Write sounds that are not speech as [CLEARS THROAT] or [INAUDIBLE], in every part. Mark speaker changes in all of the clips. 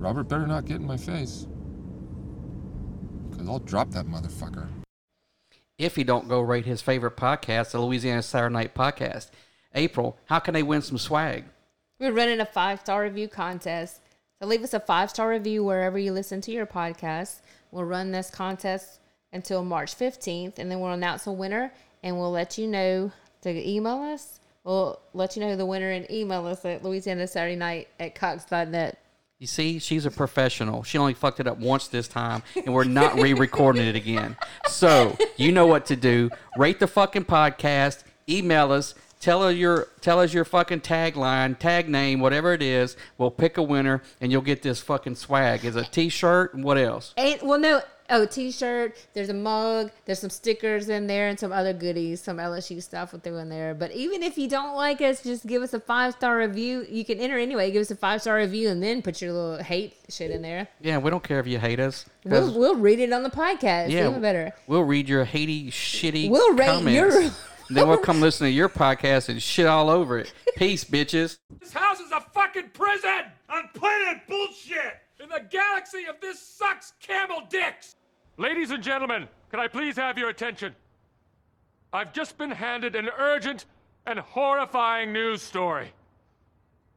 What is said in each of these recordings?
Speaker 1: Robert better not get in my face. Because I'll drop that motherfucker.
Speaker 2: if he don't go rate his favorite podcast, the Louisiana Saturday Night Podcast. April, how can they win some swag?
Speaker 3: We're running a five star review contest. So leave us a five star review wherever you listen to your podcast. We'll run this contest until March 15th, and then we'll announce a winner and we'll let you know to email us. We'll let you know the winner and email us at Louisiana Saturday Night at Cox.net.
Speaker 2: You see, she's a professional. She only fucked it up once this time, and we're not re recording it again. So, you know what to do. Rate the fucking podcast, email us, tell us your tell us your fucking tagline, tag name, whatever it is. We'll pick a winner and you'll get this fucking swag. Is a t shirt and what else?
Speaker 3: And, well, no, oh, t shirt, there's a mug, there's some stickers in there, and some other goodies, some LSU stuff we threw in there. But even if you don't like us, just give us a five star review. You can enter anyway, give us a five star review, and then put your little hate shit in there.
Speaker 2: Yeah, we don't care if you hate us. 'cause-
Speaker 3: We'll, we'll read it on the podcast.
Speaker 2: Yeah,
Speaker 3: Even better.
Speaker 2: We'll read your hatey, shitty
Speaker 3: We'll rate
Speaker 2: comments.
Speaker 3: your-
Speaker 2: then we'll
Speaker 3: [LAUGHS]
Speaker 2: come listen to your podcast and shit all over it. Peace, bitches.
Speaker 4: This house is a fucking prison on planet bullshit in the galaxy of this sucks camel dicks. Ladies and gentlemen, can I please have your attention? I've just been handed an urgent and horrifying news story.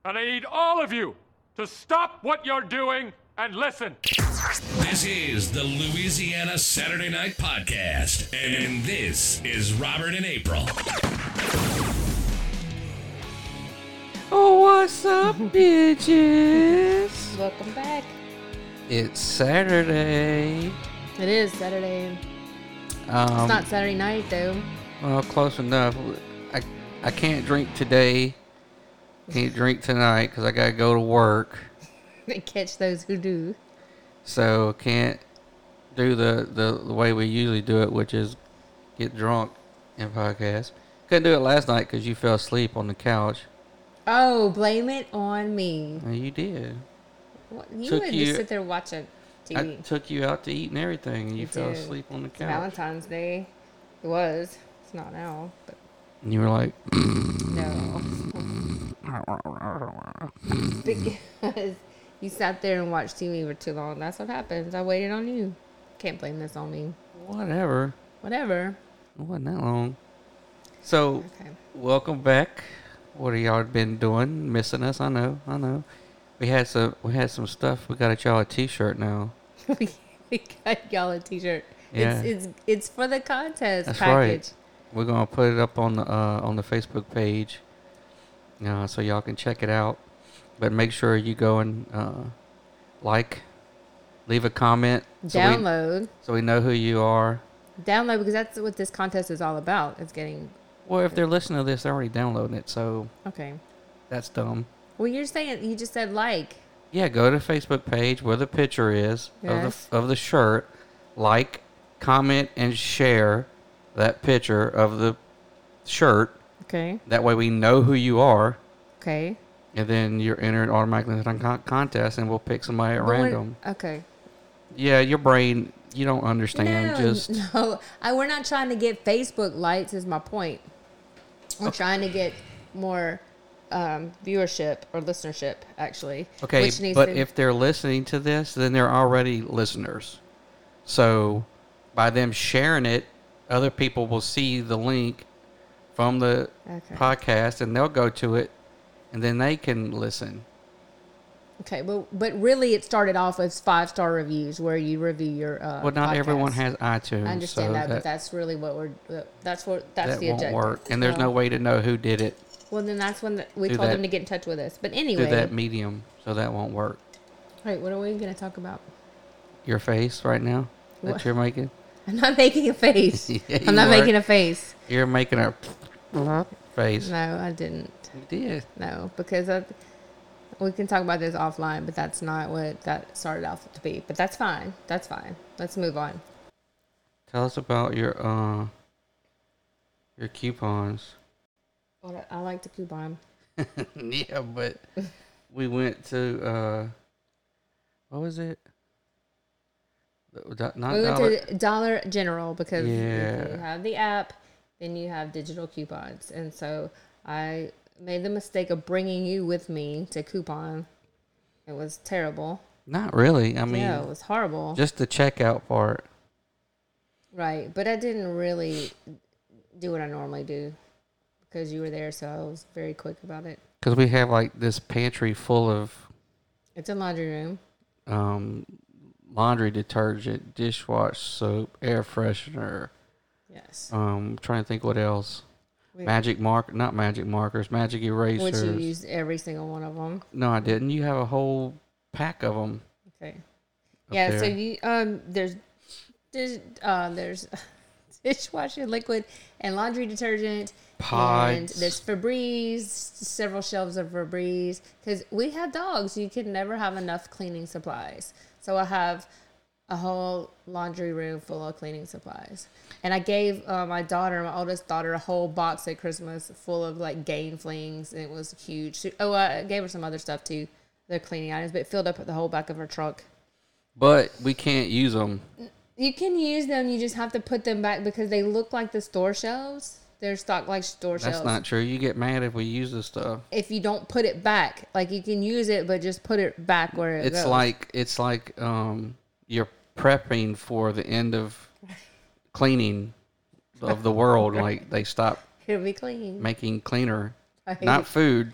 Speaker 4: And I need all of you to stop what you're doing and listen.
Speaker 5: This is the Louisiana Saturday Night Podcast, and this is Robert and April.
Speaker 2: Oh, what's
Speaker 3: [LAUGHS]
Speaker 2: up, bitches?
Speaker 3: Welcome back.
Speaker 2: It's Saturday.
Speaker 3: It is Saturday.
Speaker 2: Um,
Speaker 3: It's not Saturday night, though. [LAUGHS]
Speaker 2: well, close enough. I I can't drink today. Can't drink tonight because I gotta go to work.
Speaker 3: They catch those who do.
Speaker 2: So can't do the, the the way we usually do it, which is get drunk and podcast. Couldn't do it last night because you fell asleep on the couch.
Speaker 3: Oh, blame it on me.
Speaker 2: Yeah, you did.
Speaker 3: What, you
Speaker 2: Took
Speaker 3: would
Speaker 2: you-
Speaker 3: just sit there watching
Speaker 2: I
Speaker 3: TV.
Speaker 2: took you out to eat and everything, and you fell
Speaker 3: Dude,
Speaker 2: asleep on the
Speaker 3: it's
Speaker 2: couch.
Speaker 3: Valentine's Day. It was. It's not now, but
Speaker 2: And you were like,
Speaker 3: no. [LAUGHS] because you sat there and watched TV for too long. That's what happens. I waited on you. Can't blame this on me.
Speaker 2: whatever.
Speaker 3: Whatever.
Speaker 2: It wasn't that long. So,
Speaker 3: Okay.
Speaker 2: welcome back. What have y'all been doing? Missing us? I know. I know. We had some. We had some stuff. We got y'all a T-shirt now.
Speaker 3: we [LAUGHS] we got y'all a T-shirt.
Speaker 2: Yeah.
Speaker 3: It's it's it's for the contest
Speaker 2: That's
Speaker 3: package.
Speaker 2: right. We're gonna put it up on the uh, on the Facebook page, uh, so y'all can check it out. But make sure you go and uh, like, leave a comment, so we-
Speaker 3: Download,
Speaker 2: so we know who you are.
Speaker 3: download because that's what this contest is all about. It's getting
Speaker 2: Well, if they're listening to this, they're already downloading it, so
Speaker 3: okay.
Speaker 2: that's dumb.
Speaker 3: Well, you're saying you just said like.
Speaker 2: Yeah, go to Facebook page where the picture is of
Speaker 3: Yes.
Speaker 2: the of the shirt, like, comment, and share that picture of the shirt.
Speaker 3: Okay.
Speaker 2: That way, we know who you are,
Speaker 3: Okay.
Speaker 2: and then you're entered automatically into the con- contest, and we'll pick somebody at random.
Speaker 3: Okay.
Speaker 2: Yeah, your brain, you don't understand.
Speaker 3: No,
Speaker 2: Just
Speaker 3: no. I, we're not trying to get Facebook lights. Is my point. We're trying to get more um, viewership or listenership, actually.
Speaker 2: Okay,
Speaker 3: which needs
Speaker 2: but
Speaker 3: to-
Speaker 2: if they're listening to this, then they're already listeners. So by them sharing it, other people will see the link from the
Speaker 3: Okay.
Speaker 2: podcast and they'll go to it and then they can listen.
Speaker 3: okay, but but really, it started off as five star reviews where you review your. Uh,
Speaker 2: Well, not everyone
Speaker 3: podcast.
Speaker 2: has iTunes.
Speaker 3: I understand
Speaker 2: so
Speaker 3: that, but that's really what we're. uh, That's what. That's
Speaker 2: that
Speaker 3: the
Speaker 2: won't
Speaker 3: objective.
Speaker 2: work. And there's no way to know who did it
Speaker 3: Well, then that's when the, we
Speaker 2: Do
Speaker 3: told
Speaker 2: that-
Speaker 3: them to get in touch with us. But
Speaker 2: through
Speaker 3: anyway,
Speaker 2: that medium. So that won't work.
Speaker 3: right? What are we going to talk about? [LAUGHS]
Speaker 2: Your face right now that
Speaker 3: What?
Speaker 2: you're making?
Speaker 3: I'm not making a
Speaker 2: [LAUGHS]
Speaker 3: face.
Speaker 2: Yeah, you
Speaker 3: I'm not
Speaker 2: are.
Speaker 3: making a face.
Speaker 2: You're making a
Speaker 3: Uh-huh.
Speaker 2: face.
Speaker 3: No, I didn't.
Speaker 2: You did.
Speaker 3: No, because I, we can talk about this offline, but that's not what that started off to be. But that's fine. That's fine. Let's move on.
Speaker 2: Tell us about your uh your coupons. [LAUGHS]
Speaker 3: What I I like the coupon.
Speaker 2: yeah, but
Speaker 3: [LAUGHS]
Speaker 2: we went to uh what was it? The- do- Not
Speaker 3: We went
Speaker 2: dollar-
Speaker 3: to Dollar General because if
Speaker 2: Yeah.
Speaker 3: you have the app, then you have digital coupons. And so I made the mistake of bringing you with me to coupon. It was terrible.
Speaker 2: Not really. I mean,
Speaker 3: yeah, it was horrible.
Speaker 2: just the checkout part.
Speaker 3: Right, but I didn't really do what I normally do because you were there, so I was very quick about it.
Speaker 2: Because we have like this pantry full of
Speaker 3: It's in laundry room.
Speaker 2: um, laundry detergent, dishwash soap, air freshener.
Speaker 3: Yes,
Speaker 2: Um, trying to think what else.
Speaker 3: We-
Speaker 2: Magic mark, not magic markers, magic
Speaker 3: which
Speaker 2: erasers.
Speaker 3: you used every single one of them.
Speaker 2: No, I didn't. You have a whole pack of them.
Speaker 3: Okay. Yeah. So
Speaker 2: there.
Speaker 3: you um there's there's uh there's [LAUGHS] dishwasher liquid and laundry detergent. And
Speaker 2: Pods.
Speaker 3: there's Febreze, several shelves of Febreze, because we have dogs. You can never have enough cleaning supplies. So I have a whole laundry room full of cleaning supplies. And I gave uh, my daughter, my oldest daughter, a whole box at Christmas full of like game flings. And it was huge. She- oh, I gave her some other stuff too, the cleaning items, but it filled up the whole back of her trunk.
Speaker 2: But we can't use them.
Speaker 3: You can use them. You just have to put them back because they look like the store shelves. They're stocked like store
Speaker 2: That's
Speaker 3: shelves.
Speaker 2: not true. You get mad if we use this stuff.
Speaker 3: if you don't put it back, like you can use it, but just put it back where it
Speaker 2: It's
Speaker 3: goes.
Speaker 2: like it's like um, you're prepping for the end of cleaning of the
Speaker 3: [LAUGHS]
Speaker 2: world. Like they stop
Speaker 3: it'll be clean.
Speaker 2: making cleaner,
Speaker 3: I hate
Speaker 2: not
Speaker 3: it.
Speaker 2: food.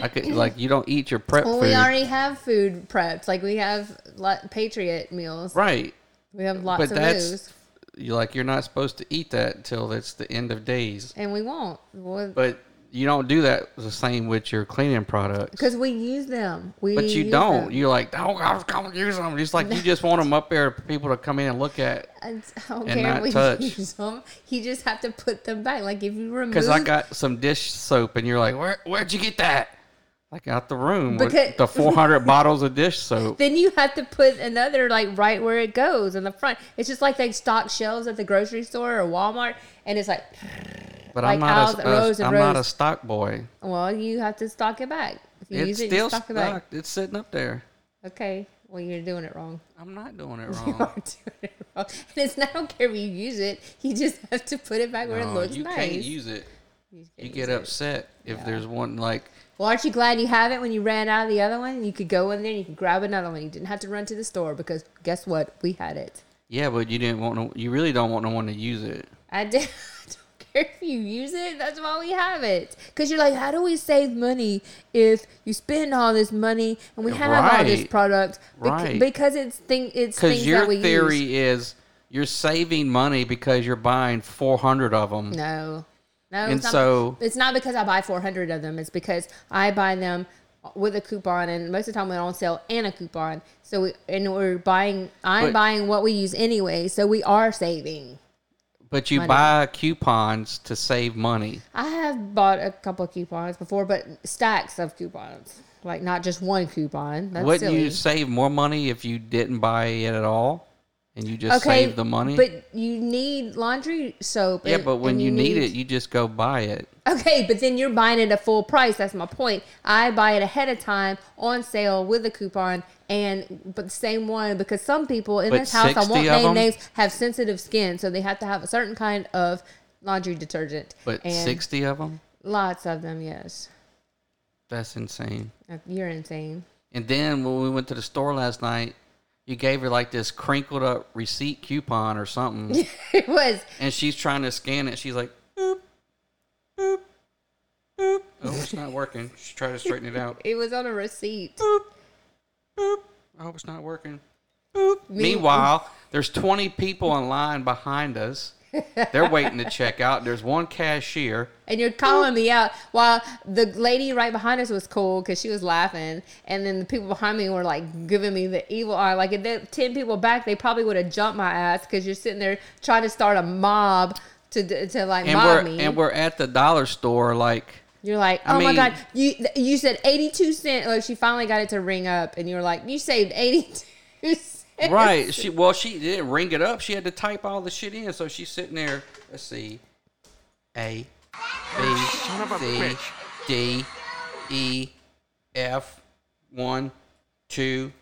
Speaker 2: I could like you don't eat your prep
Speaker 3: Well,
Speaker 2: food,
Speaker 3: we already have food prepped. Like we have lot, Patriot meals.
Speaker 2: right?
Speaker 3: We have lots
Speaker 2: but
Speaker 3: of
Speaker 2: that's
Speaker 3: those,
Speaker 2: you like you're not supposed to eat that until it's the end of days.
Speaker 3: and we won't. We'll,
Speaker 2: But you don't do that the same with your cleaning products.
Speaker 3: because we use them. We
Speaker 2: But you
Speaker 3: use
Speaker 2: don't.
Speaker 3: them.
Speaker 2: You're like, oh, I was going to use them. Just like you just want them up there for people to come in and look at.
Speaker 3: I don't
Speaker 2: and
Speaker 3: care
Speaker 2: not
Speaker 3: if we [LAUGHS]
Speaker 2: touch.
Speaker 3: use them. You just have to put them back. Like if you remove,
Speaker 2: Because I got some dish soap, and you're like, where where'd you get that? Like out the room
Speaker 3: Because-
Speaker 2: with the 400
Speaker 3: [LAUGHS]
Speaker 2: bottles of dish soap.
Speaker 3: then you have to put another like right where it goes in the front. It's just like they stock shelves at the grocery store or Walmart, and it's like,
Speaker 2: But I'm
Speaker 3: like
Speaker 2: not
Speaker 3: aisles,
Speaker 2: a, a
Speaker 3: rows and
Speaker 2: am not a
Speaker 3: rows.
Speaker 2: stock boy.
Speaker 3: well, you have to stock it back. If you
Speaker 2: It's
Speaker 3: use it,
Speaker 2: still
Speaker 3: you stock it back.
Speaker 2: stocked. It's sitting up there.
Speaker 3: Okay, well you're doing it wrong.
Speaker 2: I'm not doing
Speaker 3: [LAUGHS]
Speaker 2: it
Speaker 3: You
Speaker 2: wrong.
Speaker 3: are doing it wrong. And it's not I don't care if you use it. You just [LAUGHS] have to put it back where it
Speaker 2: No,
Speaker 3: looks
Speaker 2: you
Speaker 3: nice.
Speaker 2: can't use it.
Speaker 3: You can't
Speaker 2: You
Speaker 3: use
Speaker 2: get
Speaker 3: it.
Speaker 2: upset if there's one like
Speaker 3: Well, aren't you glad you have it when you ran out of the other one? You could go in there and you could grab another one. You didn't have to run to the store because guess what? We had it.
Speaker 2: Yeah, but you didn't want no. You really don't want no one to use it.
Speaker 3: [LAUGHS] I did. I don't care if you use it. That's why we have it. Because you're like, how do we save money if you spend all this money and we have all this
Speaker 2: Right.
Speaker 3: product? Bec-
Speaker 2: Right.
Speaker 3: Because it's thing. It's
Speaker 2: Because
Speaker 3: things
Speaker 2: your
Speaker 3: that we
Speaker 2: theory
Speaker 3: use.
Speaker 2: is you're saving money because you're buying 400 of them.
Speaker 3: No, no.
Speaker 2: And
Speaker 3: it's not,
Speaker 2: so-
Speaker 3: it's not because I buy 400 of them. It's because I buy them with a coupon, and most of the time we're on sale and a coupon. So we, and we're buying. I'm
Speaker 2: But-
Speaker 3: buying what we use anyway. So we are saving.
Speaker 2: But you buy coupons to save money.
Speaker 3: I have bought a couple of coupons before, but stacks of coupons, like not just one coupon. That's
Speaker 2: Wouldn't
Speaker 3: silly.
Speaker 2: you save more money if you didn't buy it at all and you just
Speaker 3: okay,
Speaker 2: save the money?
Speaker 3: but you need laundry soap.
Speaker 2: yeah,
Speaker 3: and-
Speaker 2: but when
Speaker 3: and
Speaker 2: you need it, you just go buy it.
Speaker 3: Okay, but then you're buying it at full price. That's my point. I buy it ahead of time on sale with a coupon and but the same one because some people in
Speaker 2: But
Speaker 3: this house I
Speaker 2: 60
Speaker 3: won't
Speaker 2: of
Speaker 3: name
Speaker 2: them?
Speaker 3: names have sensitive skin, so they have to have a certain kind of laundry detergent.
Speaker 2: But
Speaker 3: and
Speaker 2: 60 of them?
Speaker 3: lots of them, yes.
Speaker 2: That's insane.
Speaker 3: You're insane. [LAUGHS]
Speaker 2: And then when we went to the store last night, you gave her like this crinkled up receipt coupon or something.
Speaker 3: [LAUGHS] It was
Speaker 2: and she's trying to scan it. She's like, boop, boop, boop. Oh, it's not working. She tried to straighten it out.
Speaker 3: it was on a receipt.
Speaker 2: Boop. I hope Oh, it's not working. Boop. Meanwhile, there's 20 people in line behind us. They're waiting to check out. There's one cashier.
Speaker 3: and you're calling me out while the lady right behind us was cool because she was laughing and then the people behind me were like giving me the evil eye like if there 10 people back they probably would have jumped my ass because you're sitting there trying to start a mob to, d- to like
Speaker 2: And
Speaker 3: mob
Speaker 2: we're
Speaker 3: me
Speaker 2: and we're at the dollar store like
Speaker 3: you're like
Speaker 2: I
Speaker 3: oh my
Speaker 2: mean-
Speaker 3: god you th- you said 82 cent like she finally got it to ring up and you're like you saved 82 [LAUGHS] cents
Speaker 2: right. She well she didn't ring it up. She had to type all the shit in. So she's sitting there. Let's see, A, B, C, D, E, F, one, two,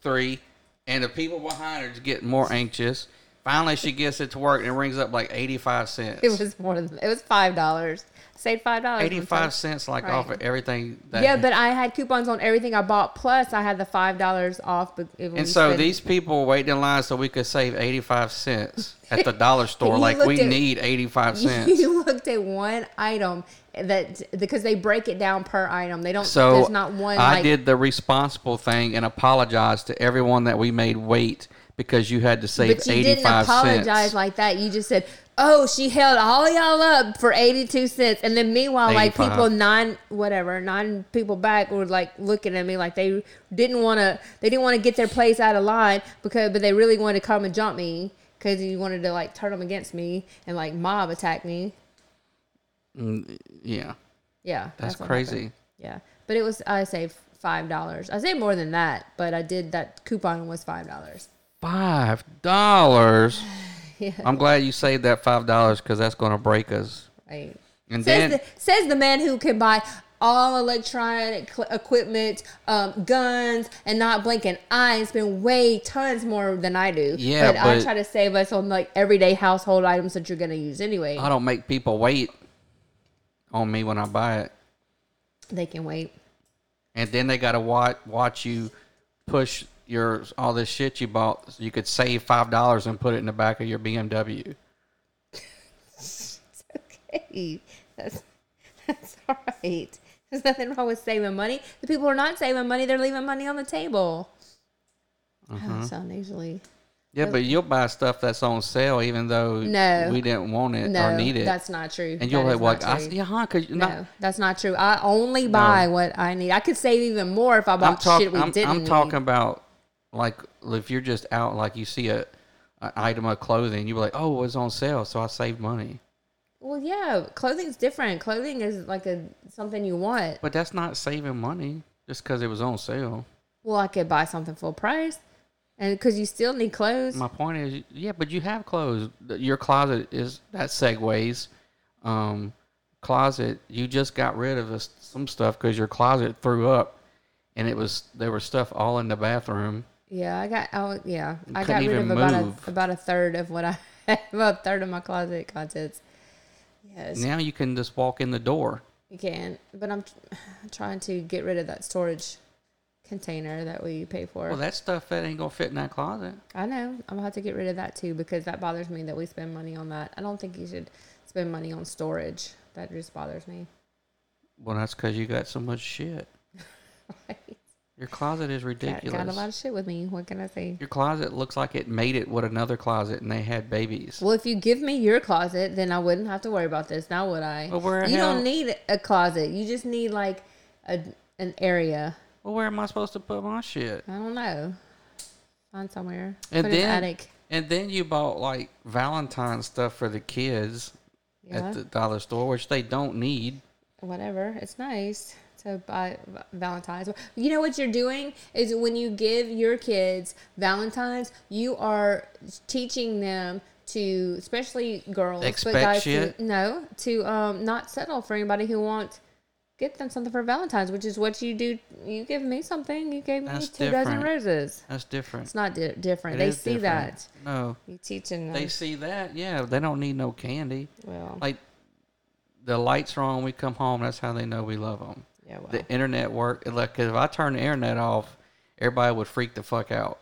Speaker 2: three, and the people behind her is getting more anxious. Finally, she gets it to work and it rings up like 85 cents.
Speaker 3: It was more than it was five dollars. Saved five dollars.
Speaker 2: 85 cents like
Speaker 3: Right.
Speaker 2: off of everything. That
Speaker 3: Yeah, but I had coupons on everything I bought. Plus, I had the five dollars off. But it
Speaker 2: And so these people were waiting in line so we could save 85 cents at the
Speaker 3: [LAUGHS]
Speaker 2: dollar store.
Speaker 3: You
Speaker 2: like, we
Speaker 3: looked at-
Speaker 2: need 85 cents.
Speaker 3: [LAUGHS] [LAUGHS] you looked at one item that because they break it down per item. They don't.
Speaker 2: So
Speaker 3: there's not one.
Speaker 2: I
Speaker 3: like,
Speaker 2: did the responsible thing and apologized to everyone that we made wait because you had to save
Speaker 3: But you
Speaker 2: 85
Speaker 3: didn't apologize
Speaker 2: cents.
Speaker 3: like that. You just said, "Oh, she held all y'all up for eighty-two cents," and then meanwhile, like
Speaker 2: 85.
Speaker 3: people nine whatever nine people back were like looking at me like they didn't want to. They didn't want to get their place out of line because, but they really wanted to come and jump me because you wanted to like turn them against me and like mob attack me.
Speaker 2: yeah.
Speaker 3: Yeah,
Speaker 2: That's
Speaker 3: what
Speaker 2: crazy.
Speaker 3: happened. Yeah, but it was I saved five dollars. I saved more than that, but I did that coupon was five dollars.
Speaker 2: Five dollars.
Speaker 3: [SIGHS] Yeah.
Speaker 2: I'm glad you saved that five dollars because that's going to break us.
Speaker 3: Right.
Speaker 2: And then-
Speaker 3: says, the, says the man who can buy all electronic cl- equipment, um, guns, and not blink an eye and spend way tons more than I do.
Speaker 2: Yeah,
Speaker 3: but, I
Speaker 2: but-
Speaker 3: try to save us on like everyday household items that you're gonna use anyway.
Speaker 2: I don't make people wait on me when I buy it,
Speaker 3: They can wait. [LAUGHS]
Speaker 2: and then they got to watch watch you push your all this shit you bought. So you could save five dollars and put it in the back of your BMW.
Speaker 3: Okay, that's that's all right. There's nothing wrong with saving money. The people are not saving money; they're leaving money on the table.
Speaker 2: Uh-huh.
Speaker 3: Oh, so usually,
Speaker 2: Yeah, but you'll buy stuff that's on sale even though
Speaker 3: No.
Speaker 2: we didn't want it
Speaker 3: no,
Speaker 2: or need it.
Speaker 3: that's not true.
Speaker 2: and you'll
Speaker 3: That
Speaker 2: be
Speaker 3: is
Speaker 2: like,
Speaker 3: not
Speaker 2: I,
Speaker 3: true.
Speaker 2: yeah, huh? Cause you're not,
Speaker 3: No, that's not true. I only buy what I need. I could save even more if I
Speaker 2: I'm
Speaker 3: bought
Speaker 2: talking.
Speaker 3: shit we
Speaker 2: I'm,
Speaker 3: didn't.
Speaker 2: I'm
Speaker 3: need.
Speaker 2: talking about like if you're just out, like you see a an item of clothing, you're like, oh, it was on sale, so I saved money.
Speaker 3: Well, yeah, clothing's different. Clothing is like a something you want.
Speaker 2: But that's not saving money just because it was on sale.
Speaker 3: Well, I could buy something full price, and because you still need clothes.
Speaker 2: My point is, yeah, but you have clothes. Th- Your closet is that segues. Um, closet. You just got rid of a s some stuff because your closet threw up, and it was there was stuff all in the bathroom.
Speaker 3: yeah, I got. Oh, yeah, I got
Speaker 2: couldn't
Speaker 3: rid of
Speaker 2: even
Speaker 3: about
Speaker 2: move.
Speaker 3: a, about a third of what I [LAUGHS] about a third of my closet contents. Yes,
Speaker 2: Now you can just walk in the door.
Speaker 3: you can. But I'm tr- [SIGHS] trying to get rid of that storage container that we pay for.
Speaker 2: Well, that stuff that ain't gonna fit in that closet.
Speaker 3: I know. I'm gonna have to get rid of that too because that bothers me that we spend money on that. I don't think you should spend money on storage. That just bothers me.
Speaker 2: Well, that's because you got so much
Speaker 3: [LAUGHS]
Speaker 2: shit. Your closet is
Speaker 3: I
Speaker 2: ridiculous.
Speaker 3: got a lot of shit with me. What can I say?
Speaker 2: Your closet looks like it made it with another closet and they had babies.
Speaker 3: Well, if you give me your closet, then I wouldn't have to worry about this. Now would I?
Speaker 2: Well, where
Speaker 3: you
Speaker 2: hell-
Speaker 3: don't need a closet. You just need like a, an area.
Speaker 2: Well, where am I supposed to put my shit?
Speaker 3: I don't know. Find somewhere.
Speaker 2: And then,
Speaker 3: Put it in the attic.
Speaker 2: and then you bought like Valentine stuff for the kids
Speaker 3: Yeah.
Speaker 2: at the dollar store, which they don't need.
Speaker 3: whatever. It's nice to buy v- Valentine's. You know what you're doing is when you give your kids Valentine's, you are teaching them to, especially girls,
Speaker 2: Expect shit?
Speaker 3: To, no, to um, not settle for anybody who wants. Get them something for Valentine's, which is what you do. You give me something. You gave me
Speaker 2: That's
Speaker 3: two dozen
Speaker 2: different.
Speaker 3: roses.
Speaker 2: That's different.
Speaker 3: It's not di- different.
Speaker 2: It
Speaker 3: they
Speaker 2: is
Speaker 3: see
Speaker 2: different.
Speaker 3: that.
Speaker 2: No.
Speaker 3: You teaching them.
Speaker 2: They see that. Yeah. They don't need no candy.
Speaker 3: well,
Speaker 2: Like the lights are on, we come home. That's how they know we love them.
Speaker 3: yeah, well.
Speaker 2: the internet work. Like, 'cause if I turned the internet off, everybody would freak the fuck out.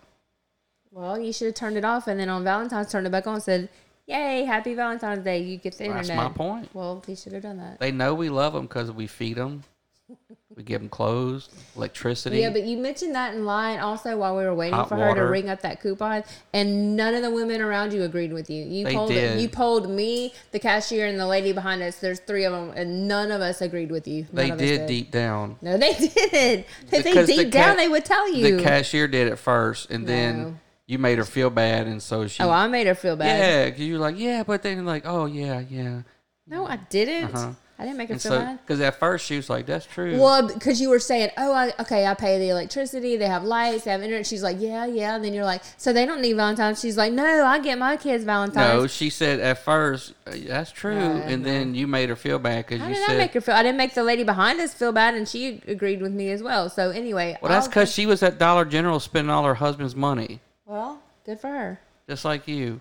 Speaker 3: Well, you should have turned it off and then on Valentine's turned it back on and said, Yay, happy Valentine's Day. You get the
Speaker 2: That's
Speaker 3: internet.
Speaker 2: my point.
Speaker 3: Well, you should have done that.
Speaker 2: They know we love them because we feed them, we give them clothes, electricity.
Speaker 3: Yeah, but you mentioned that in line also while we were waiting
Speaker 2: Hot
Speaker 3: for her
Speaker 2: water.
Speaker 3: to ring up that coupon, and none of the women around you agreed with you. You
Speaker 2: They
Speaker 3: polled
Speaker 2: did.
Speaker 3: you polled me, the cashier, and the lady behind us. There's three of them, and none of us agreed with you. None
Speaker 2: they
Speaker 3: of us
Speaker 2: did deep down.
Speaker 3: No, they [LAUGHS] didn't. If they
Speaker 2: Because the
Speaker 3: deep down,
Speaker 2: ca-
Speaker 3: they would tell you.
Speaker 2: The cashier did it first, and
Speaker 3: No.
Speaker 2: then you made her feel bad, and so she.
Speaker 3: oh, I made her feel bad.
Speaker 2: yeah, 'cause you're like, yeah, but then like, oh yeah, yeah,
Speaker 3: No, I didn't.
Speaker 2: Uh-huh.
Speaker 3: I didn't make her
Speaker 2: and
Speaker 3: feel
Speaker 2: so
Speaker 3: bad.
Speaker 2: because at first she was like, that's true.
Speaker 3: Well, because you were saying, oh, I, okay, I pay the electricity, they have lights, they have internet. She's like, yeah, yeah. And then you're like, so they don't need Valentine's. She's like, no, I get my kids Valentine's.
Speaker 2: no, she said at first uh, that's true, and then you made her feel bad because
Speaker 3: How
Speaker 2: you
Speaker 3: did
Speaker 2: said
Speaker 3: I make her feel? I didn't make the lady behind us feel bad, and she agreed with me as well. So anyway,
Speaker 2: Well, that's
Speaker 3: I'll-
Speaker 2: because she was at Dollar General spending all her husband's money,
Speaker 3: well, good for her.
Speaker 2: just like you.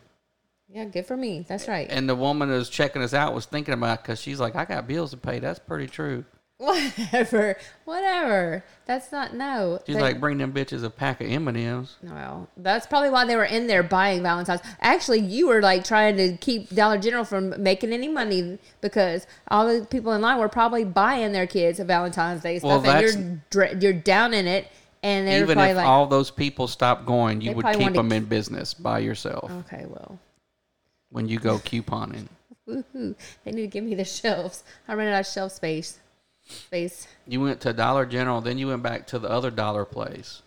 Speaker 3: Yeah, good for me. That's right.
Speaker 2: And the woman who's checking us out was thinking about because she's like, I got bills to pay. That's pretty true.
Speaker 3: [LAUGHS] whatever, whatever. That's not no.
Speaker 2: She's
Speaker 3: They-
Speaker 2: like, bring them bitches a pack of M and M's.
Speaker 3: Well, that's probably why they were in there buying Valentine's. Actually, you were like trying to keep Dollar General from making any money because all the people in line were probably buying their kids a Valentine's Day
Speaker 2: Well,
Speaker 3: stuff, and
Speaker 2: that's-
Speaker 3: you're dra- you're down in it, and they're
Speaker 2: Even
Speaker 3: probably
Speaker 2: if
Speaker 3: like,
Speaker 2: all those people stop going, you
Speaker 3: They
Speaker 2: would
Speaker 3: probably Oh.
Speaker 2: keep
Speaker 3: wanted
Speaker 2: them
Speaker 3: to-
Speaker 2: in business by yourself
Speaker 3: okay, well,
Speaker 2: when you go couponing.
Speaker 3: woohoo, they need to give me the shelves. I ran out of shelf space. Space.
Speaker 2: You went to Dollar General, then you went back to the other dollar place.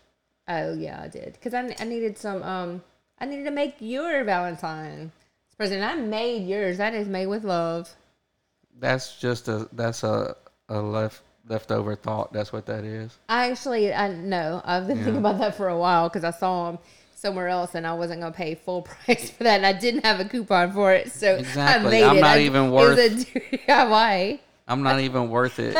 Speaker 3: Oh yeah, I did because I, I needed some. Um, I needed to make your Valentine present. I made yours. That is made with love.
Speaker 2: That's just a that's a, a left leftover thought. That's what that is.
Speaker 3: I actually, I know. I've been thinking about that for a while because I saw them somewhere else and I wasn't going to pay full [LAUGHS] price for that. And I didn't have a coupon for it. So
Speaker 2: Exactly.
Speaker 3: I made
Speaker 2: I'm
Speaker 3: it.
Speaker 2: not
Speaker 3: I-
Speaker 2: even
Speaker 3: It was a [LAUGHS] DIY.
Speaker 2: I'm not even worth
Speaker 3: [LAUGHS]
Speaker 2: it.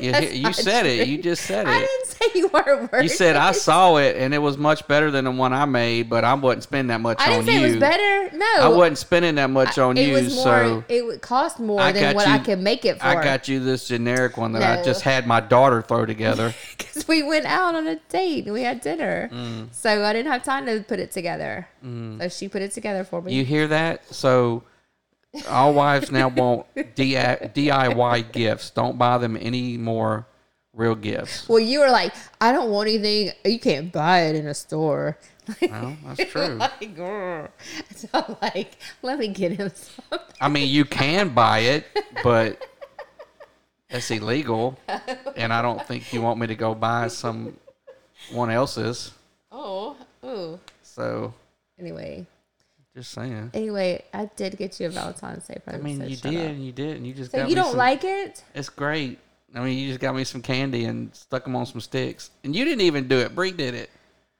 Speaker 2: You, hit- you
Speaker 3: not
Speaker 2: said it.
Speaker 3: true.
Speaker 2: You just said
Speaker 3: I
Speaker 2: it.
Speaker 3: didn't say you weren't worth
Speaker 2: You said I
Speaker 3: it.
Speaker 2: saw it and it was much better than the one I made, but I wouldn't spend that much
Speaker 3: I
Speaker 2: on
Speaker 3: didn't say
Speaker 2: you.
Speaker 3: it was better. No.
Speaker 2: I wasn't spending that much on
Speaker 3: it
Speaker 2: you,
Speaker 3: was more,
Speaker 2: so
Speaker 3: It would cost more
Speaker 2: I
Speaker 3: than
Speaker 2: got
Speaker 3: what
Speaker 2: you-
Speaker 3: I could make it for.
Speaker 2: I
Speaker 3: [LAUGHS]
Speaker 2: got you this generic one that I
Speaker 3: No.
Speaker 2: just had my daughter throw
Speaker 3: [LAUGHS]
Speaker 2: together.
Speaker 3: Because we went out on a date and we had dinner.
Speaker 2: Mm.
Speaker 3: So I didn't have time to put it together. So she put it together for me.
Speaker 2: you hear that? So all wives now want DI- DIY gifts. Don't buy them any more real gifts.
Speaker 3: Well, you were like, I don't want anything. You can't buy it in a store. [LAUGHS]
Speaker 2: Well, Oh, that's true.
Speaker 3: like, grr. so I'm like, let me get him some. [LAUGHS]
Speaker 2: I mean, you can buy it, but that's illegal. And I don't think you want me to go buy someone else's.
Speaker 3: Oh, ooh.
Speaker 2: So
Speaker 3: Anyway,
Speaker 2: just saying.
Speaker 3: anyway, I did get you a Valentine's Day
Speaker 2: I
Speaker 3: present.
Speaker 2: mean,
Speaker 3: so
Speaker 2: you
Speaker 3: shut
Speaker 2: did
Speaker 3: up.
Speaker 2: and you did, and you just
Speaker 3: So
Speaker 2: got
Speaker 3: you
Speaker 2: me
Speaker 3: don't
Speaker 2: some-
Speaker 3: like it? [LAUGHS]
Speaker 2: It's great. I mean, you just got me some candy and stuck them on some sticks, and you didn't even do it. Bree did it.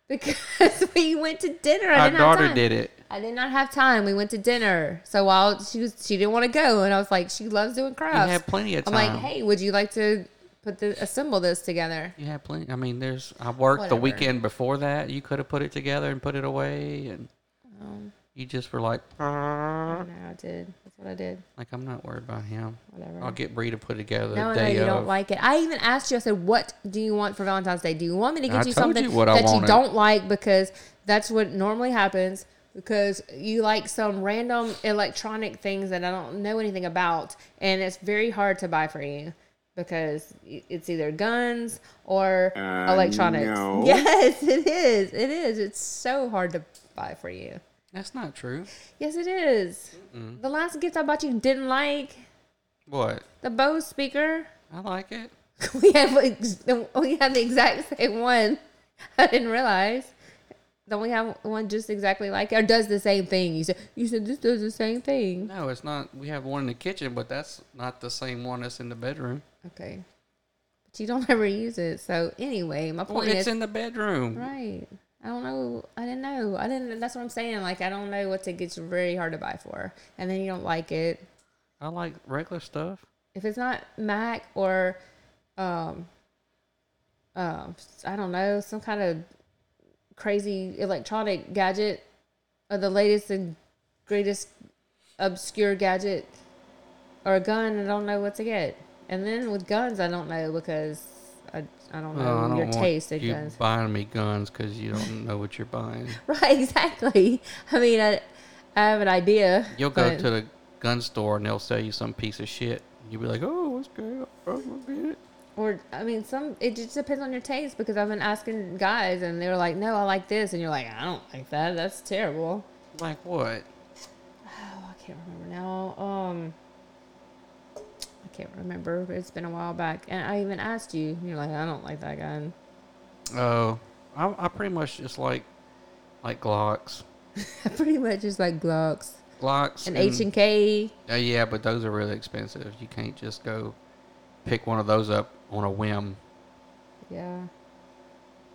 Speaker 3: Because we went to dinner. I
Speaker 2: Our
Speaker 3: didn't have
Speaker 2: daughter
Speaker 3: time.
Speaker 2: did it.
Speaker 3: I did not have time. We went to dinner. So while she was, she didn't want to go, and I was like, she loves doing crafts.
Speaker 2: had plenty of
Speaker 3: I'm
Speaker 2: time.
Speaker 3: like, hey, would you like to put the assemble this together?
Speaker 2: You had plenty. I mean, there's. I worked the
Speaker 3: Whatever.
Speaker 2: weekend before that. You could have put it together and put it away, and
Speaker 3: Um.
Speaker 2: you just were like,
Speaker 3: No, I did. That's what I did.
Speaker 2: like I'm not worried about him.
Speaker 3: Whatever.
Speaker 2: I'll get Bree to put it together
Speaker 3: No,
Speaker 2: the
Speaker 3: no,
Speaker 2: day
Speaker 3: you
Speaker 2: of.
Speaker 3: don't like it. I even asked you. I said, "What do you want for Valentine's Day? Do you want me to
Speaker 2: I
Speaker 3: get you
Speaker 2: told
Speaker 3: something
Speaker 2: you what I
Speaker 3: that you
Speaker 2: wanted.
Speaker 3: don't like because that's what normally happens because you like some random electronic things that I don't know anything about, and it's very hard to buy for you." Because it's either guns or electronics. [LAUGHS] Yes, it is. It is. It's so hard to buy for you.
Speaker 2: That's not true.
Speaker 3: Yes, it is. The last gift I bought you didn't like
Speaker 2: What?
Speaker 3: the Bose speaker.
Speaker 2: I like it.
Speaker 3: [LAUGHS] We have ex- we have the exact same one. I didn't realize. Don't we have one just exactly like it, or does the same thing? You said you said this does the same thing.
Speaker 2: No, it's not. We have one in the kitchen, but that's not the same one that's in the bedroom.
Speaker 3: Okay, but you don't [LAUGHS] ever use it. So anyway, my
Speaker 2: Well,
Speaker 3: point
Speaker 2: it's
Speaker 3: is
Speaker 2: in the bedroom.
Speaker 3: right. I don't know. I didn't know. I didn't. That's what I'm saying. Like I don't know what to get. you very hard to buy for, and then you don't like it.
Speaker 2: I like regular stuff.
Speaker 3: if it's not Mac or um um I don't know, some kind of crazy electronic gadget or the latest and greatest obscure gadget or a gun, I don't know what to get. And then with guns I don't know because I, I don't know
Speaker 2: Oh, I don't
Speaker 3: your
Speaker 2: want
Speaker 3: taste in
Speaker 2: you
Speaker 3: guns. [LAUGHS]
Speaker 2: buying me guns because you don't know what you're buying.
Speaker 3: Right, exactly. I mean I I have an idea.
Speaker 2: You'll go
Speaker 3: but-
Speaker 2: to the gun store and they'll sell you some piece of shit. You'll be like, "Oh, what's good? I'm gonna get it."
Speaker 3: Or I mean, some it just depends on your taste because I've been asking guys and they're like, "No, I like this," and you're like, "I don't like that. That's terrible."
Speaker 2: Like what?
Speaker 3: Oh, I can't remember now. Um, I can't remember. It's been a while back, and I even asked you, and you're like, "I don't like that gun."
Speaker 2: Oh, I, I pretty much just like like Glocks,
Speaker 3: I [LAUGHS] pretty much just like Glocks
Speaker 2: Glocks,
Speaker 3: and H and K.
Speaker 2: Uh, yeah, but those are really expensive. You can't just go pick one of those up on a whim.
Speaker 3: Yeah,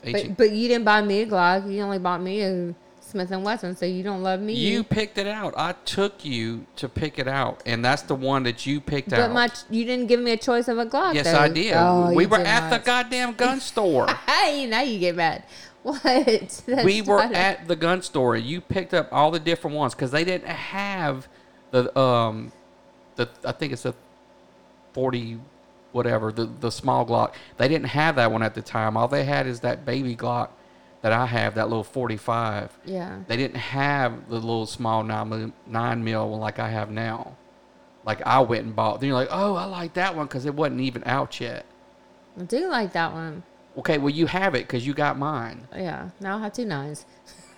Speaker 2: H-
Speaker 3: but but you didn't buy me a Glock. You only bought me a Smith and Wesson, so you don't love me.
Speaker 2: you picked it out. I took you to pick it out, and that's the one that you picked
Speaker 3: but
Speaker 2: out.
Speaker 3: my you didn't give me a choice of a Glock.
Speaker 2: yes,
Speaker 3: though.
Speaker 2: I did.
Speaker 3: Oh,
Speaker 2: we
Speaker 3: you
Speaker 2: were
Speaker 3: did
Speaker 2: at the
Speaker 3: [LAUGHS] not.
Speaker 2: goddamn gun store.
Speaker 3: Hey, now you get mad. [LAUGHS] What? That's
Speaker 2: we were
Speaker 3: not a-
Speaker 2: at the gun store. You picked up all the different ones because they didn't have the um the I think it's a forty whatever the the small Glock. They didn't have that one at the time. All they had is that baby Glock that I have, that little forty five.
Speaker 3: Yeah.
Speaker 2: They didn't have the little small nine mil, nine mil one like I have now. Like I went and bought. Then you're like, oh, I like that one because it wasn't even out yet.
Speaker 3: I do like that one.
Speaker 2: Okay, well you have it because you got mine.
Speaker 3: Yeah. Now I have two nines.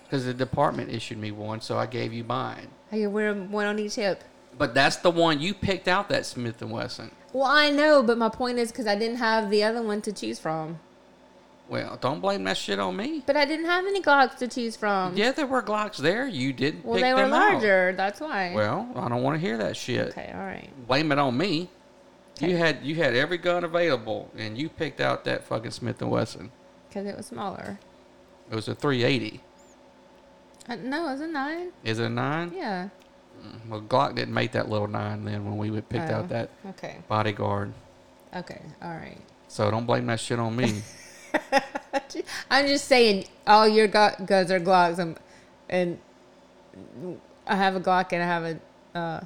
Speaker 2: because the department issued me one, so I gave you mine.
Speaker 3: I can wear one on each hip.
Speaker 2: But that's the one you picked out. That Smith and Wesson.
Speaker 3: Well, I know, but my point is because I didn't have the other one to choose from.
Speaker 2: Well, don't blame that shit on me.
Speaker 3: But I didn't have any Glocks to choose from.
Speaker 2: Yeah, there were Glocks there. You didn't.
Speaker 3: Well,
Speaker 2: pick
Speaker 3: they were
Speaker 2: them out.
Speaker 3: larger. That's why.
Speaker 2: Well, I don't want to hear that shit.
Speaker 3: okay. All right.
Speaker 2: Blame it on me.
Speaker 3: Okay.
Speaker 2: You had you had every gun available, and you picked out that fucking Smith and Wesson.
Speaker 3: Because it was smaller.
Speaker 2: It was a 380.
Speaker 3: Uh, no, it was a nine.
Speaker 2: Is it a nine?
Speaker 3: Yeah.
Speaker 2: Well, Glock didn't make that little nine then when we picked
Speaker 3: Oh,
Speaker 2: out that
Speaker 3: Okay.
Speaker 2: bodyguard.
Speaker 3: Okay. All right.
Speaker 2: So don't blame that shit on
Speaker 3: [LAUGHS]
Speaker 2: me.
Speaker 3: I'm just saying, all your go- guns are Glocks, and, and I have a Glock and I have a uh,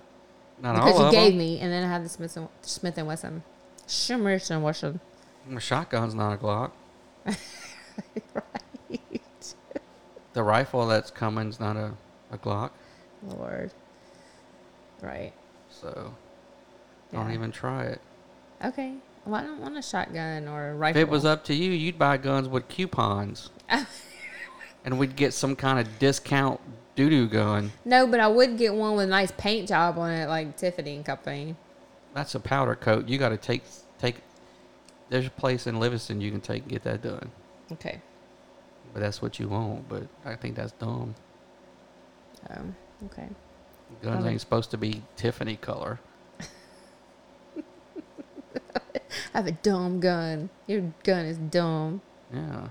Speaker 2: Not
Speaker 3: because
Speaker 2: all
Speaker 3: you
Speaker 2: of
Speaker 3: gave
Speaker 2: them.
Speaker 3: me, and then I have the Smith and Smith and Wesson, Shimmer and Wesson. [LAUGHS]
Speaker 2: My shotgun's not a Glock.
Speaker 3: right,
Speaker 2: The rifle that's coming's not a, a Glock,
Speaker 3: Lord, right?
Speaker 2: so don't
Speaker 3: Yeah.
Speaker 2: even try it.
Speaker 3: Okay. Well, I don't want a shotgun or a rifle.
Speaker 2: If it was up to you, you'd buy guns with
Speaker 3: [LAUGHS]
Speaker 2: coupons, and we'd get some kind of discount doo doo gun.
Speaker 3: no, but I would get one with a nice paint job on it, like Tiffany and Company.
Speaker 2: That's a powder coat. You got to take take. There's a place in Livingston you can take and get that done,
Speaker 3: Okay.
Speaker 2: but that's what you want. But I think that's dumb.
Speaker 3: Um, okay.
Speaker 2: Guns
Speaker 3: Okay.
Speaker 2: ain't supposed to be Tiffany color.
Speaker 3: I have a dumb gun. Your gun is dumb. [LAUGHS]
Speaker 2: Yeah.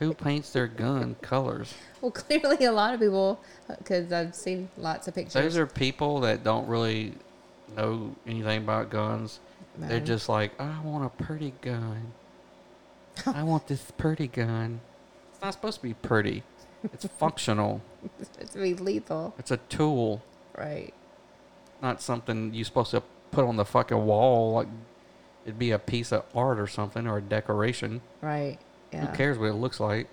Speaker 2: Who paints their gun colors?
Speaker 3: Well, [LAUGHS] clearly a lot of people, because I've seen lots of pictures.
Speaker 2: Those are people that don't really know anything about guns. They're
Speaker 3: No.
Speaker 2: just like, I want a pretty gun. I want this pretty gun. It's not supposed to be pretty. It's functional.
Speaker 3: [LAUGHS] it's really lethal,
Speaker 2: It's a tool,
Speaker 3: right?
Speaker 2: not something you're supposed to put on the fucking wall. Like it'd be a piece of art or something or a decoration.
Speaker 3: Right. Yeah.
Speaker 2: Who cares what it looks like?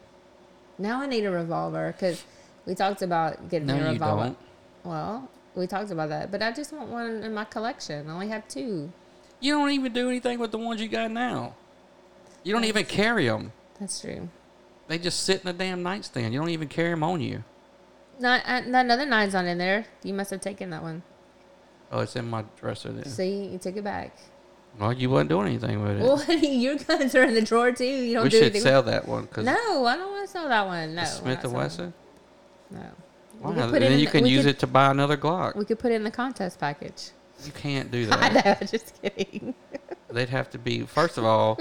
Speaker 3: Now I need a revolver because we talked about getting
Speaker 2: No,
Speaker 3: a
Speaker 2: you
Speaker 3: revolver.
Speaker 2: don't.
Speaker 3: Well, we talked about that, but I just want one in my collection. I only have two.
Speaker 2: You don't even do anything with the ones you got now. You don't even carry them.
Speaker 3: That's true.
Speaker 2: They just sit in a damn nightstand. You don't even carry them on you.
Speaker 3: Not uh, that another nine's not in there. You must have taken that one.
Speaker 2: Oh, it's in my dresser then.
Speaker 3: See, you took it back.
Speaker 2: Well, you wasn't doing anything with it.
Speaker 3: Well, [LAUGHS] honey, your guns are in the drawer too. You don't
Speaker 2: we
Speaker 3: do
Speaker 2: should
Speaker 3: anything.
Speaker 2: sell that one because
Speaker 3: no, I don't want to sell that one. No, we're
Speaker 2: Smith
Speaker 3: not
Speaker 2: and
Speaker 3: selling it.
Speaker 2: Wesson.
Speaker 3: No.
Speaker 2: Why not?
Speaker 3: We could
Speaker 2: And
Speaker 3: put it
Speaker 2: then
Speaker 3: in
Speaker 2: you
Speaker 3: the-
Speaker 2: can
Speaker 3: we
Speaker 2: use
Speaker 3: could-
Speaker 2: it to buy another Glock.
Speaker 3: We could put it in the contest package. [LAUGHS]
Speaker 2: you can't do
Speaker 3: I
Speaker 2: that.
Speaker 3: know, just kidding. [LAUGHS]
Speaker 2: They'd have to be first of all,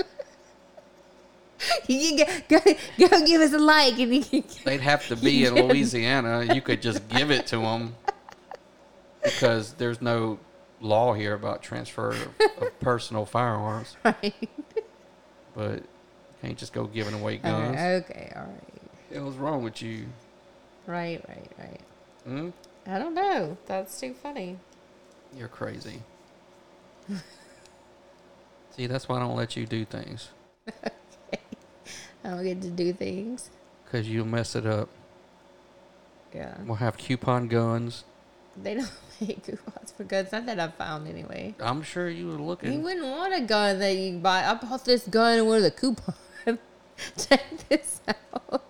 Speaker 3: you can go, go, go give us a like, and you can [LAUGHS]
Speaker 2: they'd have to be in Louisiana. You could just give it to them
Speaker 3: [LAUGHS]
Speaker 2: because there's no law here about transfer of,
Speaker 3: [LAUGHS]
Speaker 2: of personal firearms.
Speaker 3: right.
Speaker 2: But you can't just go giving away
Speaker 3: All
Speaker 2: guns.
Speaker 3: right, okay, all right,
Speaker 2: What's wrong with you?
Speaker 3: right, right, right.
Speaker 2: Hmm?
Speaker 3: I don't know. That's too funny.
Speaker 2: You're crazy. [LAUGHS] See, that's why I don't let you do things
Speaker 3: I don't get to do things.
Speaker 2: because you'll mess it up.
Speaker 3: Yeah,
Speaker 2: We'll have coupon guns.
Speaker 3: they don't [LAUGHS] make coupons for guns. Not that I've found anyway.
Speaker 2: I'm sure you were
Speaker 3: You
Speaker 2: looking.
Speaker 3: wouldn't want a gun that you buy. I bought this gun and where's the coupon? [LAUGHS] Check this out.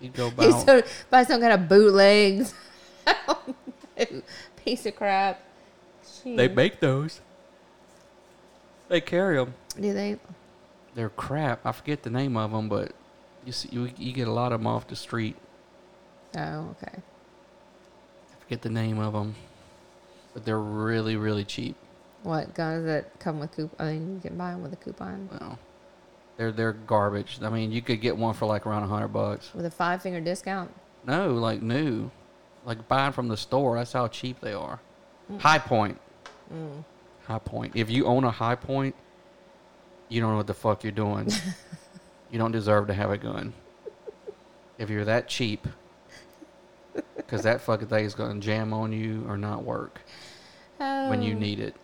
Speaker 2: You'd go buy.
Speaker 3: You so, buy some kind of bootlegs. [LAUGHS] I don't know. Piece of crap.
Speaker 2: they
Speaker 3: Jeez.
Speaker 2: make those. They carry them.
Speaker 3: Do they?
Speaker 2: They're crap. I forget the name of them, but you see, you, you get a lot of them off the street.
Speaker 3: Oh, okay.
Speaker 2: I forget the name of them, but they're really, really cheap.
Speaker 3: What guns that come with coupon? I mean, you can buy them with a coupon
Speaker 2: Well, they're they're garbage. I mean, you could get one for like around a hundred bucks.
Speaker 3: with a five finger discount.
Speaker 2: No, like new. Like buying from the store. That's how cheap they are.
Speaker 3: Mm.
Speaker 2: High Point.
Speaker 3: [LAUGHS]
Speaker 2: High Point. If you own a High Point, you don't know what the fuck you're doing. You don't deserve to have a gun. If you're that cheap, because that fucking thing is going to jam on you or not work
Speaker 3: Oh,
Speaker 2: when you need it.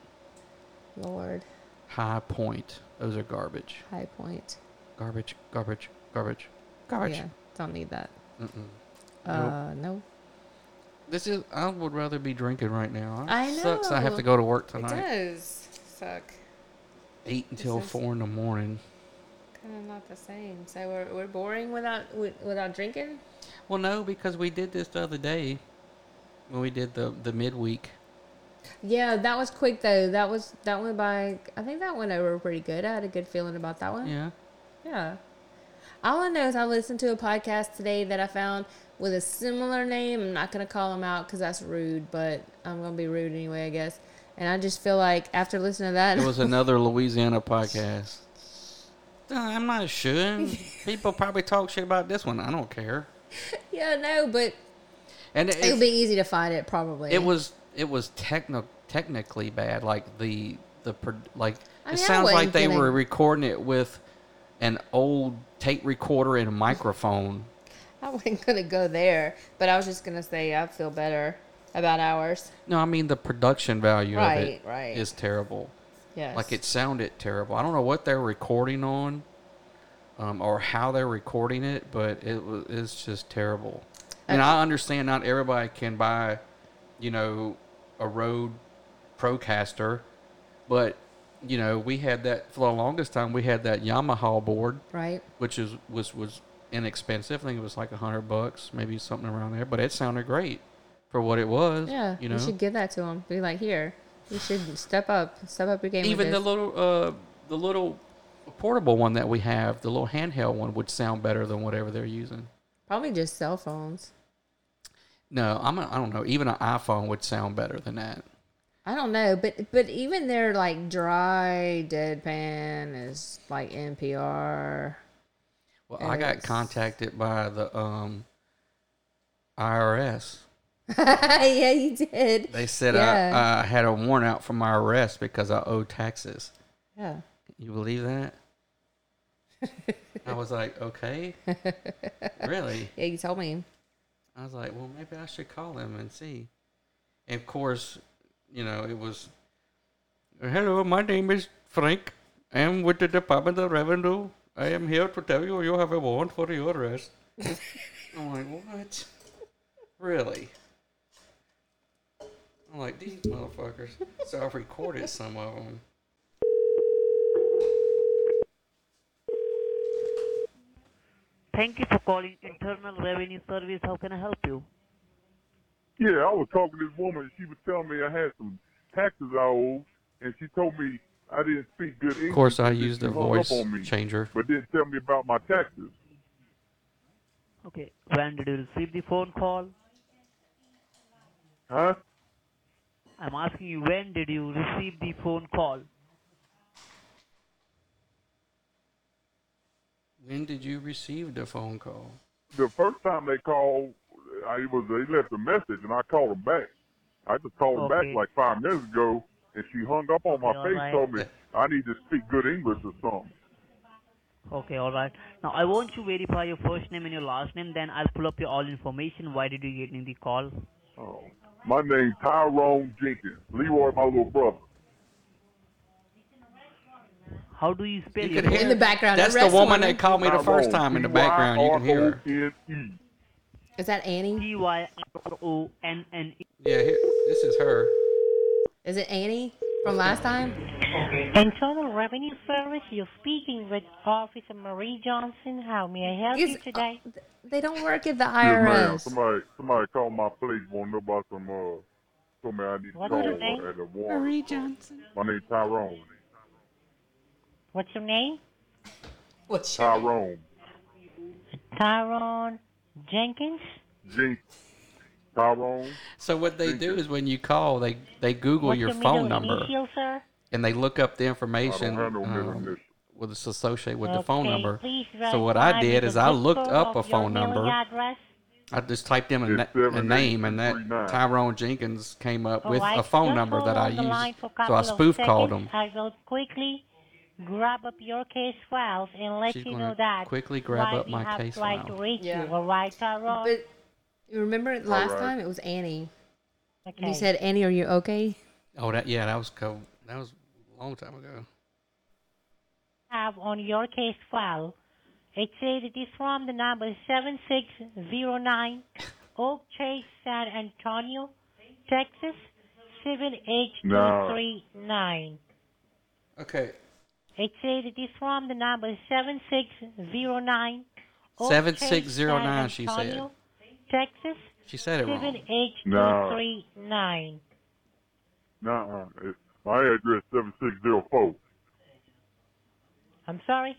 Speaker 3: Lord,
Speaker 2: High point. Those are garbage.
Speaker 3: high point.
Speaker 2: Garbage, garbage, garbage, garbage.
Speaker 3: Yeah, don't need that.
Speaker 2: Nope.
Speaker 3: Uh, no.
Speaker 2: This is. I would rather be drinking right now. It
Speaker 3: I
Speaker 2: Sucks. I have
Speaker 3: know.
Speaker 2: to go to work
Speaker 3: It
Speaker 2: tonight.
Speaker 3: does suck.
Speaker 2: Eight until
Speaker 3: is-
Speaker 2: four in the morning.
Speaker 3: Kind of not the same. So we're, we're boring without wi- without drinking.
Speaker 2: Well, no, because we did this the other day when we did the the midweek.
Speaker 3: Yeah, that was quick though. That was that went by. I think that went over pretty good. I had a good feeling about that one.
Speaker 2: Yeah.
Speaker 3: Yeah. All I know is I listened to a podcast today that I found with a similar name. I'm not going to call them out because that's rude, but I'm going to be rude anyway, I guess. And I just feel like after listening to that,
Speaker 2: It was another Louisiana podcast. Uh, I'm not
Speaker 3: [LAUGHS]
Speaker 2: sure. People probably talk shit about this one. I don't care.
Speaker 3: [LAUGHS] yeah, no, but
Speaker 2: And
Speaker 3: it
Speaker 2: it,
Speaker 3: would be easy to find it probably.
Speaker 2: it was it was techno technically bad. Like the the pro- like
Speaker 3: I
Speaker 2: it
Speaker 3: mean, I
Speaker 2: sounds like
Speaker 3: wasn't
Speaker 2: they
Speaker 3: gonna-
Speaker 2: were recording it with an old tape recorder and a microphone.
Speaker 3: [LAUGHS] I wasn't going to go there, but I was just going to say I feel better about ours.
Speaker 2: No, I mean the production value of it
Speaker 3: Right,
Speaker 2: is
Speaker 3: right.
Speaker 2: terrible.
Speaker 3: Yes.
Speaker 2: Like it sounded terrible. I don't know what they're recording on, um, or how they're recording it, but it was it's just terrible. And I understand not everybody can buy, you know, a Rode Procaster, but you know we had that for the longest time. We had that Yamaha board,
Speaker 3: Right.
Speaker 2: which is was was inexpensive. I think it was like a hundred bucks, maybe something around there. But it sounded great for what it was.
Speaker 3: Yeah.
Speaker 2: you know,
Speaker 3: should give that to them. Be like, here, you should step up, step up your game.
Speaker 2: even the little uh, the little portable one that we have, the little handheld one, would sound better than whatever they're using.
Speaker 3: probably just cell phones.
Speaker 2: No, I'm a, I don't know. Even an iPhone would sound better than that.
Speaker 3: I don't know, but but even their like dry deadpan is like NPR.
Speaker 2: Well, I got
Speaker 3: Yes.
Speaker 2: contacted by the um, IRS.
Speaker 3: [LAUGHS] yeah, you did.
Speaker 2: They uh, said
Speaker 3: Yeah.
Speaker 2: I, I had a warrant out from IRS because I owe taxes.
Speaker 3: Yeah.
Speaker 2: You believe [LAUGHS] that? I was like, okay, really?
Speaker 3: Yeah, you told me.
Speaker 2: I was like, well, maybe I should call him and see. And of course, you know, it was, hello, my name is Frank. I am with the Department of Revenue. I am here to tell you you have a warrant for your
Speaker 6: [LAUGHS]
Speaker 2: arrest. I'm like, what? Really? I'm like, these motherfuckers. So I've recorded some of them.
Speaker 7: Thank you for calling Internal Revenue Service. How can I help you?
Speaker 6: Yeah, I was talking to this woman. and She was telling me I had some taxes I owed, and she told me I didn't speak good English.
Speaker 2: Of course, I
Speaker 6: and
Speaker 2: used
Speaker 6: she
Speaker 2: a
Speaker 6: hung up
Speaker 2: voice
Speaker 6: on me,
Speaker 2: changer.
Speaker 6: but didn't tell me about my taxes.
Speaker 7: Okay. When did you receive the phone call?
Speaker 6: Huh?
Speaker 7: I'm asking you, when did you receive the phone call?
Speaker 2: When did you receive the phone call?
Speaker 6: The first time they called, I was they left a message, and I called them back. I just called them
Speaker 7: Okay.
Speaker 6: back like five minutes ago, and she hung up on my
Speaker 7: Okay, all
Speaker 6: face,
Speaker 7: right.
Speaker 6: told me I need to speak good English or something.
Speaker 7: Okay, all right. Now I want you to verify your first name and your last name. Then I'll pull up your all information. Why did you get in the call?
Speaker 6: Oh. My name's Tyrone Jenkins, Leroy, my little brother.
Speaker 7: How do you spell
Speaker 2: You
Speaker 7: your
Speaker 2: can hear
Speaker 3: In the background,
Speaker 2: That's
Speaker 3: the
Speaker 2: the
Speaker 3: rest
Speaker 2: woman
Speaker 3: woman-
Speaker 2: that called me the first time in the
Speaker 6: E.
Speaker 2: background. You can hear her.
Speaker 6: T-Y-R-O-N-E.
Speaker 3: Is that Annie?
Speaker 7: T Y R O N N E?
Speaker 2: Yeah, here, this is her.
Speaker 3: Is it Annie from last time?
Speaker 8: Internal Revenue Service, you're speaking with Officer Marie Johnson. How may I help
Speaker 3: Is- uh,
Speaker 8: you today?
Speaker 3: They don't work at the
Speaker 6: Yes, ma'am.
Speaker 3: IRS.
Speaker 6: Somebody, somebody called my place. Won't know about some. Uh, told me I need to
Speaker 8: What's
Speaker 6: call
Speaker 8: her name?
Speaker 6: at a warrant. Marie Johnson. My name's Tyrone.
Speaker 8: What's your name?
Speaker 3: What's your-
Speaker 6: Tyrone
Speaker 8: Tyrone Jenkins?
Speaker 6: Jinx. Tyrone.
Speaker 2: So what they do is when you call, they they Google
Speaker 8: What's
Speaker 2: your
Speaker 8: your
Speaker 2: phone
Speaker 8: middle
Speaker 2: number
Speaker 8: initial, sir?
Speaker 2: and they look up the
Speaker 6: I don't
Speaker 2: information
Speaker 6: have no middle
Speaker 2: um,
Speaker 6: initial.
Speaker 2: with it's associated with the phone
Speaker 8: Okay,
Speaker 2: number.
Speaker 8: please
Speaker 2: So what
Speaker 8: verify
Speaker 2: I
Speaker 8: me
Speaker 2: did
Speaker 8: the
Speaker 2: is I
Speaker 8: zip
Speaker 2: looked
Speaker 8: code
Speaker 2: up a
Speaker 8: of your
Speaker 2: phone
Speaker 8: mailing
Speaker 2: number.
Speaker 8: Address.
Speaker 2: I just typed in a, na-
Speaker 6: It's
Speaker 2: a
Speaker 6: seven
Speaker 2: name and
Speaker 6: eight
Speaker 2: that
Speaker 6: three nine.
Speaker 2: Tyrone Jenkins came up
Speaker 8: All
Speaker 2: with
Speaker 8: right,
Speaker 2: a phone
Speaker 8: just
Speaker 2: number
Speaker 8: hold
Speaker 2: that I
Speaker 8: on the line
Speaker 2: used.
Speaker 8: for a
Speaker 2: So
Speaker 8: couple
Speaker 2: I
Speaker 8: of
Speaker 2: spoof called
Speaker 8: seconds.
Speaker 2: him.
Speaker 8: I will quickly grab up your case files and let
Speaker 2: She's
Speaker 8: you
Speaker 2: gonna
Speaker 8: know that
Speaker 2: quickly grab
Speaker 8: why
Speaker 2: up
Speaker 8: we
Speaker 2: my
Speaker 8: have
Speaker 2: case
Speaker 8: tried
Speaker 2: file.
Speaker 8: to reach
Speaker 3: Yeah.
Speaker 8: you. All right, Tyrone.
Speaker 3: But you remember last
Speaker 6: right.
Speaker 3: time it was Annie.
Speaker 8: okay.
Speaker 3: You said, Annie, are you okay?
Speaker 2: Oh, that yeah, that was cool. That was a long time ago.
Speaker 8: have on your case file. It says it is from the number
Speaker 2: [LAUGHS]
Speaker 8: 7609 Oak Chase, San Antonio, Texas, 78239.
Speaker 2: Okay.
Speaker 8: It says it is from the number 7609 Oak
Speaker 2: Seven
Speaker 8: Chase,
Speaker 2: six zero
Speaker 8: San
Speaker 2: nine, she said.
Speaker 8: Antonio, Texas,
Speaker 2: She said it wrong.
Speaker 8: 78239.
Speaker 6: Nah, eh, my address seven six zero four.
Speaker 8: I'm sorry?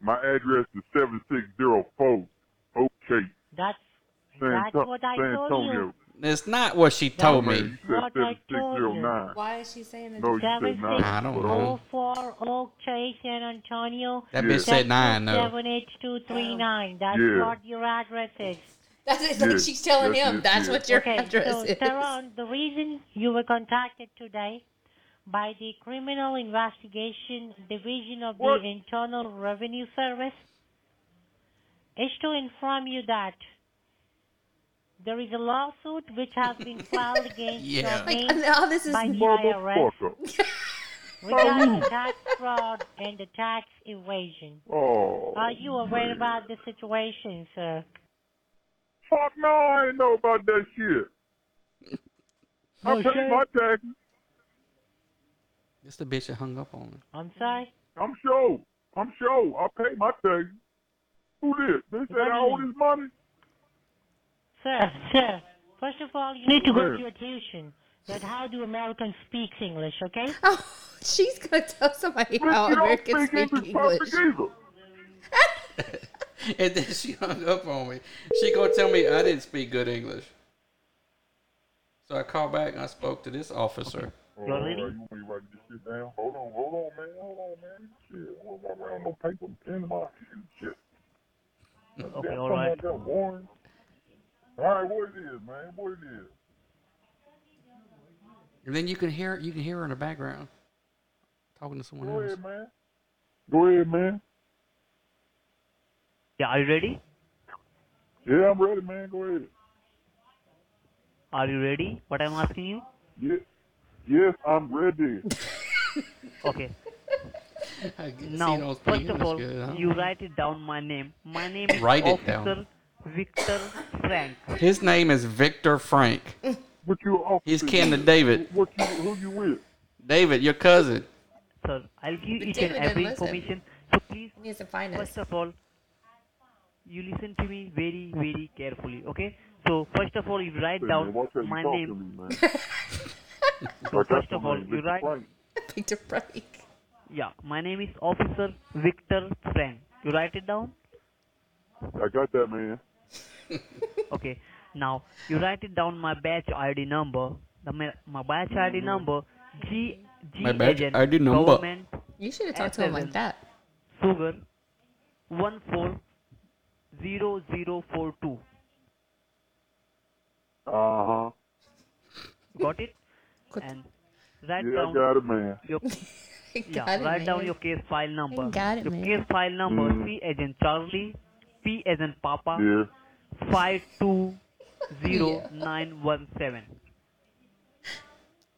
Speaker 6: My address is seven six zero four Oak Chase,
Speaker 8: That's,
Speaker 6: San,
Speaker 8: that's
Speaker 6: Anto-
Speaker 8: what I
Speaker 6: San
Speaker 8: told you.
Speaker 6: Antonio.
Speaker 2: It's not what she told
Speaker 6: Man,
Speaker 2: me.
Speaker 6: you said
Speaker 8: What I
Speaker 6: seven
Speaker 8: told
Speaker 6: six
Speaker 8: you.
Speaker 6: zero nine.
Speaker 3: Why is she saying that?
Speaker 6: No, you said
Speaker 8: Seven
Speaker 6: nine.
Speaker 2: I don't
Speaker 6: but
Speaker 2: know.
Speaker 6: all-
Speaker 8: Oh four Oak Chase, San Antonio.
Speaker 2: That
Speaker 6: Yeah.
Speaker 2: bitch said nine though.
Speaker 8: Seven eight two three nine. That's
Speaker 6: Yeah.
Speaker 8: what your address is.
Speaker 3: That's it's like
Speaker 6: Yeah,
Speaker 3: she's telling
Speaker 6: that's
Speaker 3: him
Speaker 6: it,
Speaker 3: that's
Speaker 6: yeah.
Speaker 3: what your
Speaker 8: okay,
Speaker 3: address
Speaker 8: so
Speaker 3: is.
Speaker 8: Tyrone, the reason you were contacted today by the Criminal Investigation Division of
Speaker 6: What?
Speaker 8: the Internal Revenue Service is to inform you that there is a lawsuit which has
Speaker 2: [LAUGHS]
Speaker 8: been filed against
Speaker 2: Yeah.
Speaker 8: your
Speaker 3: [LAUGHS] like, oh,
Speaker 8: name
Speaker 3: now this is
Speaker 8: by the IRS
Speaker 6: Motherfucker.
Speaker 8: regarding tax fraud and the tax evasion.
Speaker 6: Oh.
Speaker 8: Are you aware
Speaker 6: man.
Speaker 8: about the situation, sir?
Speaker 6: Fuck no, I ain't know about that shit. I
Speaker 8: No
Speaker 6: paid
Speaker 8: shit.
Speaker 6: my taxes.
Speaker 2: It's the bitch that hung up on her.
Speaker 8: I'm sorry.
Speaker 6: I'm sure. I'm sure. I paid my taxes. Who this? They said I owe this money?
Speaker 8: Sir, [LAUGHS] sir, first of all, you need to go
Speaker 6: Sir.
Speaker 8: to your tuition. That how do Americans speak English, okay?
Speaker 3: Oh, [LAUGHS] she's gonna tell somebody
Speaker 6: Bitch,
Speaker 3: how
Speaker 6: you don't
Speaker 3: Americans
Speaker 6: speak
Speaker 3: speak
Speaker 6: English
Speaker 3: Oh, English.
Speaker 6: perfect either.
Speaker 2: [LAUGHS] And then she hung up on me. She gonna tell me I didn't speak good English. So I called back and I spoke to this officer.
Speaker 6: All right, you want me to write this shit down? Hold on, hold on, man. Hold on, man. Shit, I don't walk around with no paper and pen in my hand. Shit.
Speaker 7: Okay,
Speaker 6: That's
Speaker 7: all
Speaker 6: something I
Speaker 7: right.
Speaker 6: got warned. All right, what it is, man? What it is?
Speaker 2: And then you can hear you can hear her in the background talking to someone
Speaker 6: Go
Speaker 2: else.
Speaker 6: ahead, man. Go ahead, man.
Speaker 7: Yeah, are you ready?
Speaker 6: Yeah, I'm ready, man. Go ahead.
Speaker 7: Are you ready? What I'm asking you?
Speaker 6: Yeah. Yes, I'm ready.
Speaker 2: [LAUGHS]
Speaker 7: Okay.
Speaker 2: I guess he
Speaker 7: Now,
Speaker 2: don't speak
Speaker 7: first of
Speaker 2: English
Speaker 7: all,
Speaker 2: good, huh?
Speaker 7: you write it down. My name. My name is
Speaker 2: Write it down.
Speaker 7: Officer Victor Frank.
Speaker 2: His name is Victor Frank.
Speaker 6: What you officer?
Speaker 2: He's kin to David.
Speaker 6: What you? Who you with?
Speaker 2: David, your cousin.
Speaker 7: Sir, I'll give each
Speaker 3: David
Speaker 7: and
Speaker 3: didn't
Speaker 7: every
Speaker 3: listen.
Speaker 7: information. So please,
Speaker 3: He needs to find us. [LAUGHS]
Speaker 7: first of all, you listen to me very, very carefully. Okay. So first of all, you write down
Speaker 6: Man, watch how you
Speaker 7: my
Speaker 6: talk to
Speaker 7: name.
Speaker 6: me, man.
Speaker 7: [LAUGHS]
Speaker 6: Like, that's
Speaker 7: First of
Speaker 6: my
Speaker 7: all,
Speaker 6: name,
Speaker 7: you
Speaker 6: Mr.
Speaker 7: write
Speaker 6: Frank.
Speaker 3: Victor Frank.
Speaker 7: Yeah, my name is Officer Victor Frank. You write it down?
Speaker 6: I got that, man.
Speaker 7: Okay. Now, you write it down my batch ID number. The, my, my batch ID number, G, G
Speaker 2: My batch
Speaker 7: agent,
Speaker 2: ID number.
Speaker 7: government,
Speaker 3: You should have talked to him like
Speaker 7: Excellent.
Speaker 3: that. [LAUGHS]
Speaker 7: sugar, 140042.
Speaker 6: Uh huh.
Speaker 7: Got it?
Speaker 3: Good.
Speaker 7: And write
Speaker 6: Yeah, I
Speaker 7: down
Speaker 6: got it, man.
Speaker 3: [LAUGHS]
Speaker 7: your, yeah,
Speaker 3: Got it,
Speaker 7: write down
Speaker 3: man.
Speaker 7: your case file number.
Speaker 3: got it,
Speaker 7: your
Speaker 3: man.
Speaker 7: case file number,
Speaker 6: Mm.
Speaker 7: C agent Charlie, P as in Papa,
Speaker 6: Yeah.
Speaker 3: [LAUGHS]
Speaker 7: 520917.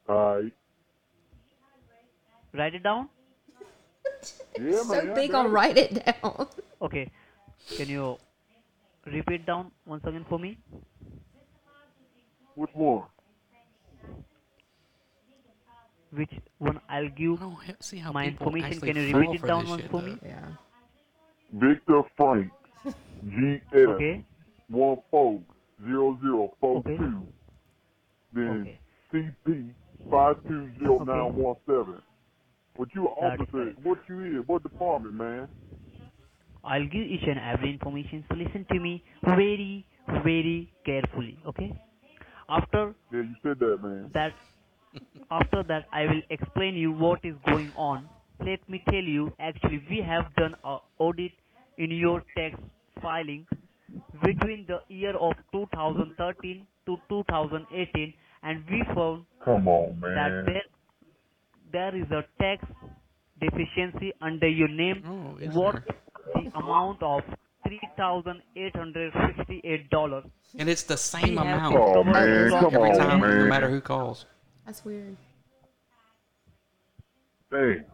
Speaker 6: All right.
Speaker 7: Write it down?
Speaker 6: Yeah, man.
Speaker 3: so
Speaker 6: I
Speaker 3: big
Speaker 6: got
Speaker 3: on
Speaker 6: it.
Speaker 3: write it down.
Speaker 7: Okay. Can you repeat down once again for me?
Speaker 6: Which one?
Speaker 7: Which one I'll
Speaker 2: I
Speaker 7: give
Speaker 2: don't he- see how
Speaker 7: my
Speaker 2: people
Speaker 7: information.
Speaker 2: actually
Speaker 7: Can you
Speaker 2: fall
Speaker 7: repeat it
Speaker 2: for
Speaker 7: down
Speaker 2: this
Speaker 7: once
Speaker 2: shit,
Speaker 7: for
Speaker 2: though.
Speaker 7: me?
Speaker 3: Yeah.
Speaker 6: Victor Frank. G F
Speaker 7: Okay.
Speaker 6: one four zero zero four
Speaker 7: Okay.
Speaker 6: two. Then
Speaker 7: Okay.
Speaker 6: C P five two zero nine one seven. What you a
Speaker 7: That is
Speaker 6: officer?
Speaker 7: correct.
Speaker 6: What you is? What department, man?
Speaker 7: I'll give each and every information. So listen to me very, very carefully. Okay. After
Speaker 6: Yeah, you said that, man.
Speaker 7: that, after that, I will explain you what is going on. Let me tell you. Actually, we have done a audit in your tax filing between the year of 2013 to 2018, and we found
Speaker 6: Come on,
Speaker 7: that there, there is a tax deficiency under your name
Speaker 2: Oh, is
Speaker 7: worth the amount of $3,868.
Speaker 2: And it's the same
Speaker 7: We have
Speaker 2: amount
Speaker 6: Oh,
Speaker 7: someone
Speaker 6: man,
Speaker 7: who's
Speaker 6: come
Speaker 2: every
Speaker 6: on,
Speaker 2: time, no
Speaker 6: man.
Speaker 2: matter who calls.
Speaker 3: That's weird.
Speaker 6: Dang,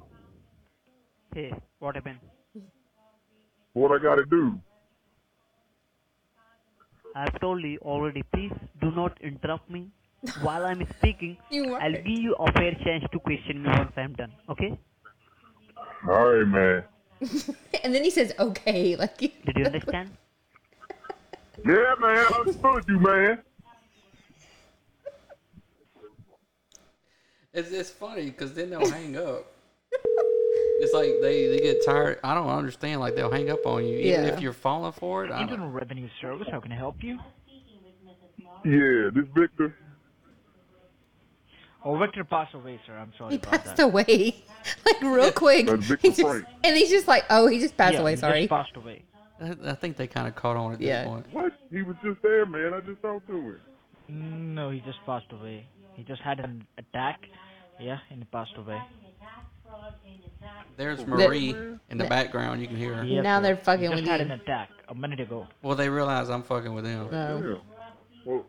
Speaker 7: Hey, what happened?
Speaker 6: what I gotta do?
Speaker 7: I've told you already, please do not interrupt me while I'm speaking.
Speaker 3: [LAUGHS] You are.
Speaker 7: I'll give you a fair chance to question me once I'm done, okay?
Speaker 6: All right, man.
Speaker 3: And then he says, okay. [LAUGHS] Like,
Speaker 7: Did
Speaker 3: [LAUGHS]
Speaker 7: you understand?
Speaker 6: Yeah, man, I understood you, man.
Speaker 2: It's, it's funny because then they'll hang up. It's like they, they get tired. I don't understand. Like they'll hang up on you, even
Speaker 3: Yeah.
Speaker 2: if you're falling for it. I don't-
Speaker 9: Internal Revenue Service, how can I help you?
Speaker 6: Yeah, this Victor.
Speaker 9: Oh, Victor passed away, sir. I'm sorry
Speaker 3: he
Speaker 9: about
Speaker 3: passed
Speaker 9: that.
Speaker 3: away. [LAUGHS] Like, real quick.
Speaker 6: That's Victor
Speaker 3: He just,
Speaker 6: Frank.
Speaker 3: and he's just like, oh, he just passed
Speaker 9: Yeah,
Speaker 3: away.
Speaker 9: he
Speaker 3: Sorry.
Speaker 9: Just passed away.
Speaker 2: I, I think they kind of caught on at this
Speaker 3: Yeah.
Speaker 2: point.
Speaker 6: What? He was just there, man. I just talked to him.
Speaker 9: No, he just passed away. He just had an attack. Yeah, and he passed away.
Speaker 2: There's Marie in the background. You can hear her.
Speaker 9: Yes,
Speaker 3: now
Speaker 9: sir.
Speaker 3: they're fucking
Speaker 9: he
Speaker 3: with
Speaker 9: just had
Speaker 3: you.
Speaker 9: an attack a minute ago.
Speaker 2: Well, they realize I'm fucking with them.
Speaker 3: No.
Speaker 6: Yeah. Well,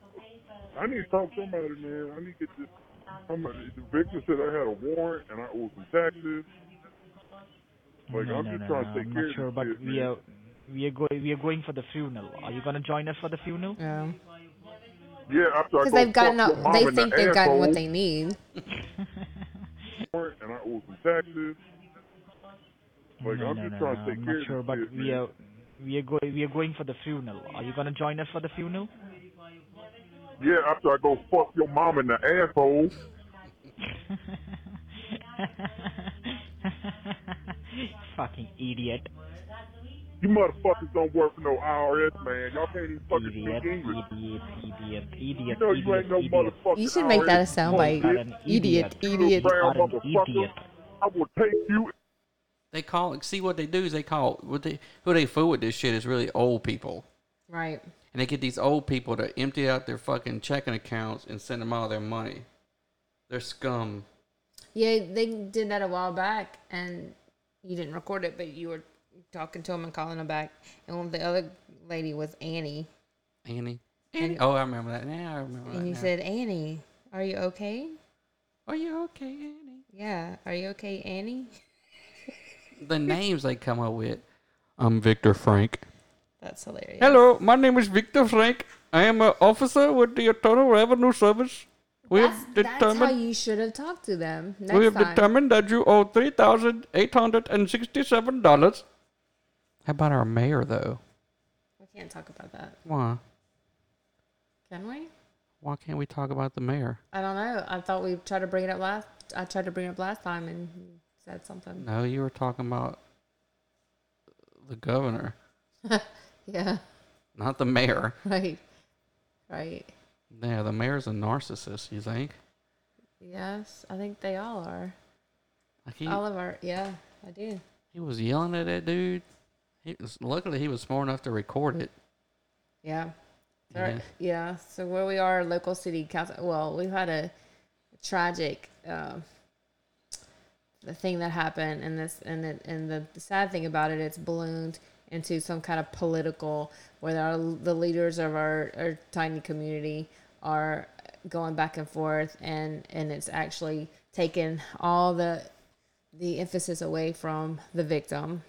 Speaker 6: I need to talk to somebody, man. I need to get this. Somebody, the Victor said I had a warrant and I owe some taxes. Like,
Speaker 9: no,
Speaker 6: I'm
Speaker 9: no,
Speaker 6: just
Speaker 9: no,
Speaker 6: trying
Speaker 9: no,
Speaker 6: to take
Speaker 9: I'm
Speaker 6: care
Speaker 9: not sure,
Speaker 6: of
Speaker 9: but
Speaker 6: this kid,
Speaker 9: we
Speaker 6: man.
Speaker 9: are we are going we are going for the funeral. Are you gonna join us for the funeral?
Speaker 3: No.
Speaker 6: Yeah, after I
Speaker 3: Because
Speaker 6: go
Speaker 3: they've gotten,
Speaker 6: fuck your
Speaker 3: a,
Speaker 6: mom
Speaker 3: they
Speaker 6: in the
Speaker 3: think they've gotten what
Speaker 6: asshole,
Speaker 3: they need.
Speaker 6: warrant And I owe some taxes. Like,
Speaker 9: no,
Speaker 6: I'm
Speaker 9: no,
Speaker 6: just
Speaker 9: no,
Speaker 6: trying
Speaker 9: no,
Speaker 6: to take
Speaker 9: I'm
Speaker 6: care
Speaker 9: not sure,
Speaker 6: of
Speaker 9: but
Speaker 6: this kid,
Speaker 9: we
Speaker 6: man.
Speaker 9: are we are going we are going for the funeral. Are you gonna join us for the funeral? [LAUGHS]
Speaker 6: Yeah, after I go fuck your mom in the asshole.
Speaker 9: Fucking idiot.
Speaker 6: You motherfuckers don't work for no IRS, man. Y'all can't even fucking
Speaker 9: Idiot,
Speaker 6: speak English.
Speaker 9: idiot, idiot,
Speaker 6: You
Speaker 9: idiot,
Speaker 6: know you
Speaker 9: idiot,
Speaker 6: ain't no
Speaker 9: idiot.
Speaker 6: motherfucking
Speaker 3: You should make that a
Speaker 6: IRS.
Speaker 3: soundbite.
Speaker 6: Bullshit.
Speaker 9: You're an
Speaker 3: Idiot,
Speaker 6: You little
Speaker 3: idiot.
Speaker 6: brown
Speaker 9: You're an
Speaker 6: motherfucker.
Speaker 9: idiot.
Speaker 6: I will take you.
Speaker 2: They call. See what they do is they call. What they who they fool with this shit is really old people,
Speaker 3: Right.
Speaker 2: and they get these old people to empty out their fucking checking accounts and send them all their money. They're scum.
Speaker 3: Yeah, they did that a while back, and you didn't record it, but you were talking to him and calling him back. And one of the other lady was Annie,
Speaker 2: Annie. Annie. Oh, I remember that. Yeah, I remember that.
Speaker 3: and you
Speaker 2: now.
Speaker 3: said, "Annie, are you okay?
Speaker 2: "Are you okay, Annie?"
Speaker 3: Yeah, are you okay, Annie?" [LAUGHS]
Speaker 2: The names they come up with. I'm Victor Frank.
Speaker 3: That's hilarious.
Speaker 2: Hello, my name is Victor Frank. I am an officer with the Internal Revenue Service. We
Speaker 3: That's, that's how you should have talked to them next
Speaker 2: we have
Speaker 3: time.
Speaker 2: determined that you owe three thousand eight hundred and sixty-seven dollars. How about our mayor, though?
Speaker 3: we can't talk about that,
Speaker 2: Why?
Speaker 3: can we?
Speaker 2: Why can't we talk about the mayor?
Speaker 3: I don't know. I thought we tried to bring it up last. I tried to bring it up last time, and you said something.
Speaker 2: No, you were talking about the governor,
Speaker 3: Yeah, [LAUGHS]
Speaker 2: not the mayor.
Speaker 3: right, right.
Speaker 2: Yeah, the mayor's a narcissist. You think?
Speaker 3: Yes, I think they all are.
Speaker 2: Like he,
Speaker 3: All of our, yeah, I do.
Speaker 2: he was yelling at that dude. He was, luckily, he was smart enough to record it.
Speaker 3: Yeah. All
Speaker 2: Yeah.
Speaker 3: right. Yeah. So where we are, local city council. Well, we've had a tragic um, the thing that happened, and this, and it, and the, the sad thing about it, it's ballooned into some kind of political where our, the leaders of our, our tiny community are going back and forth, and and it's actually taken all the the emphasis away from the victim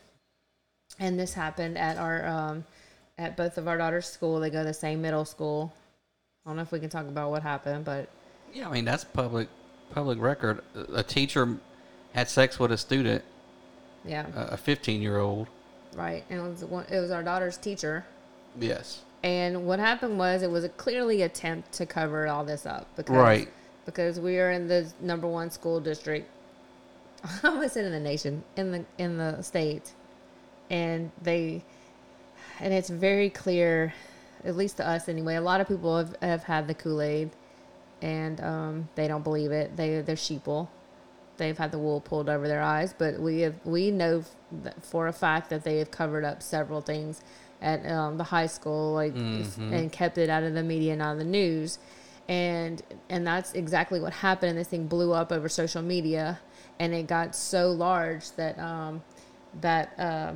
Speaker 3: and this happened at our um, at both of our daughters' school. They go to the same middle school. I don't know if we can talk about what happened, but
Speaker 2: Yeah, I mean that's public public record. A- A teacher had sex with a student,
Speaker 3: yeah,
Speaker 2: a fifteen year old.
Speaker 3: right. And it was one- it was our daughter's teacher.
Speaker 2: Yes.
Speaker 3: And what happened was it was a clearly attempt to cover all this up because
Speaker 2: Right.
Speaker 3: because we are in the number one school district. [LAUGHS] I almost said in the nation, in the in the state, and they and it's very clear, at least to us anyway. A lot of people have, have had the Kool Aid, and um, they don't believe it. They they're sheeple. They've had the wool pulled over their eyes, but we have we know f- that for a fact that they have covered up several things at um, the high school, like if- and kept it out of the media and out of the news, and and that's exactly what happened. And this thing blew up over social media, and it got so large that um, that uh,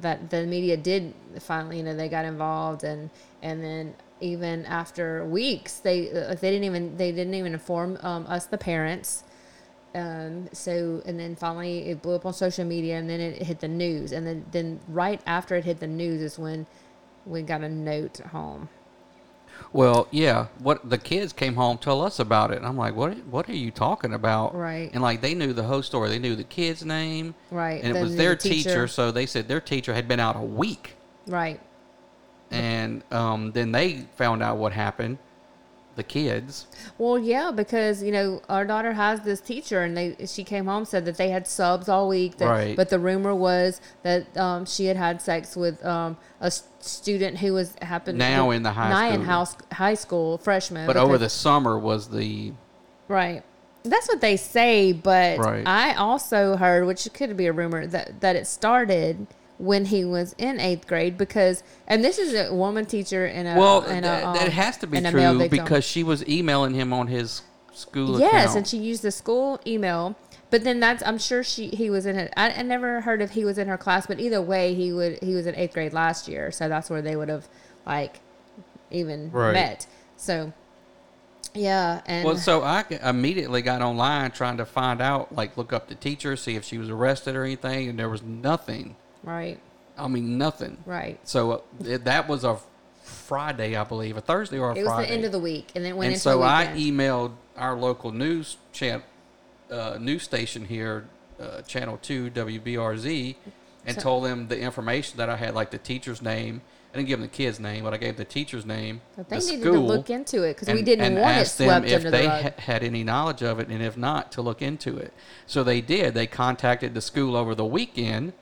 Speaker 3: that the media did finally, you know, they got involved, and and then even after weeks, they uh, they didn't even they didn't even inform um, us the parents. Um, so and then finally it blew up on social media, and then it hit the news, and then then right after it hit the news is when we got a note home.
Speaker 2: Well, yeah. What the kids came home tell us about it, and I'm like, what? What are you talking about?
Speaker 3: Right.
Speaker 2: And like they knew the whole story. They knew the kid's name.
Speaker 3: Right.
Speaker 2: And it
Speaker 3: They
Speaker 2: was
Speaker 3: knew
Speaker 2: their
Speaker 3: the teacher.
Speaker 2: teacher, so they said their teacher had been out a week,
Speaker 3: Right.
Speaker 2: and um, then they found out what happened. The kids.
Speaker 3: Well, yeah, because you know our daughter has this teacher, and they she came home said that they had subs all week. That,
Speaker 2: Right.
Speaker 3: But the rumor was that um, she had had sex with um, a s- student who was happened
Speaker 2: Now in the high
Speaker 3: now in
Speaker 2: school.
Speaker 3: house high school freshman.
Speaker 2: But over the
Speaker 3: because-
Speaker 2: summer was the
Speaker 3: right. That's what they say, but
Speaker 2: Right.
Speaker 3: I also heard, which could be a rumor, that that it started when he was in eighth grade because, and this is a woman teacher and a
Speaker 2: well
Speaker 3: and a,
Speaker 2: that,
Speaker 3: um,
Speaker 2: that has to be
Speaker 3: and a male
Speaker 2: true
Speaker 3: victim.
Speaker 2: because she was emailing him on his school
Speaker 3: Yes,
Speaker 2: account.
Speaker 3: and she used the school email. But then that's I'm sure she he was in it. I, I never heard if he was in her class, but either way, he would he was in eighth grade last year, so that's where they would have like even
Speaker 2: Right.
Speaker 3: met. So yeah, and
Speaker 2: Well, so I g- immediately got online trying to find out, like, look up the teacher, see if she was arrested or anything, and there was nothing.
Speaker 3: right,
Speaker 2: I mean, nothing.
Speaker 3: right.
Speaker 2: So uh, th- that was a Friday, I believe, a Thursday or a
Speaker 3: It was
Speaker 2: Friday.
Speaker 3: the end of the week, and then it went
Speaker 2: and
Speaker 3: into
Speaker 2: so
Speaker 3: the
Speaker 2: I e-
Speaker 3: weekend.
Speaker 2: emailed our local news chan- uh, news station here, uh, Channel Two WBRZ, and told them the information that I had, like the teacher's name. I didn't give them the kid's name, but I gave the teacher's name.
Speaker 3: But they
Speaker 2: the
Speaker 3: needed
Speaker 2: school,
Speaker 3: to look into it because we
Speaker 2: and-
Speaker 3: didn't
Speaker 2: and
Speaker 3: want it
Speaker 2: asked them
Speaker 3: swept
Speaker 2: if
Speaker 3: under
Speaker 2: they
Speaker 3: the rug.
Speaker 2: ha- had any knowledge of it, and if not, to look into it. So they did. They contacted the school over the weekend,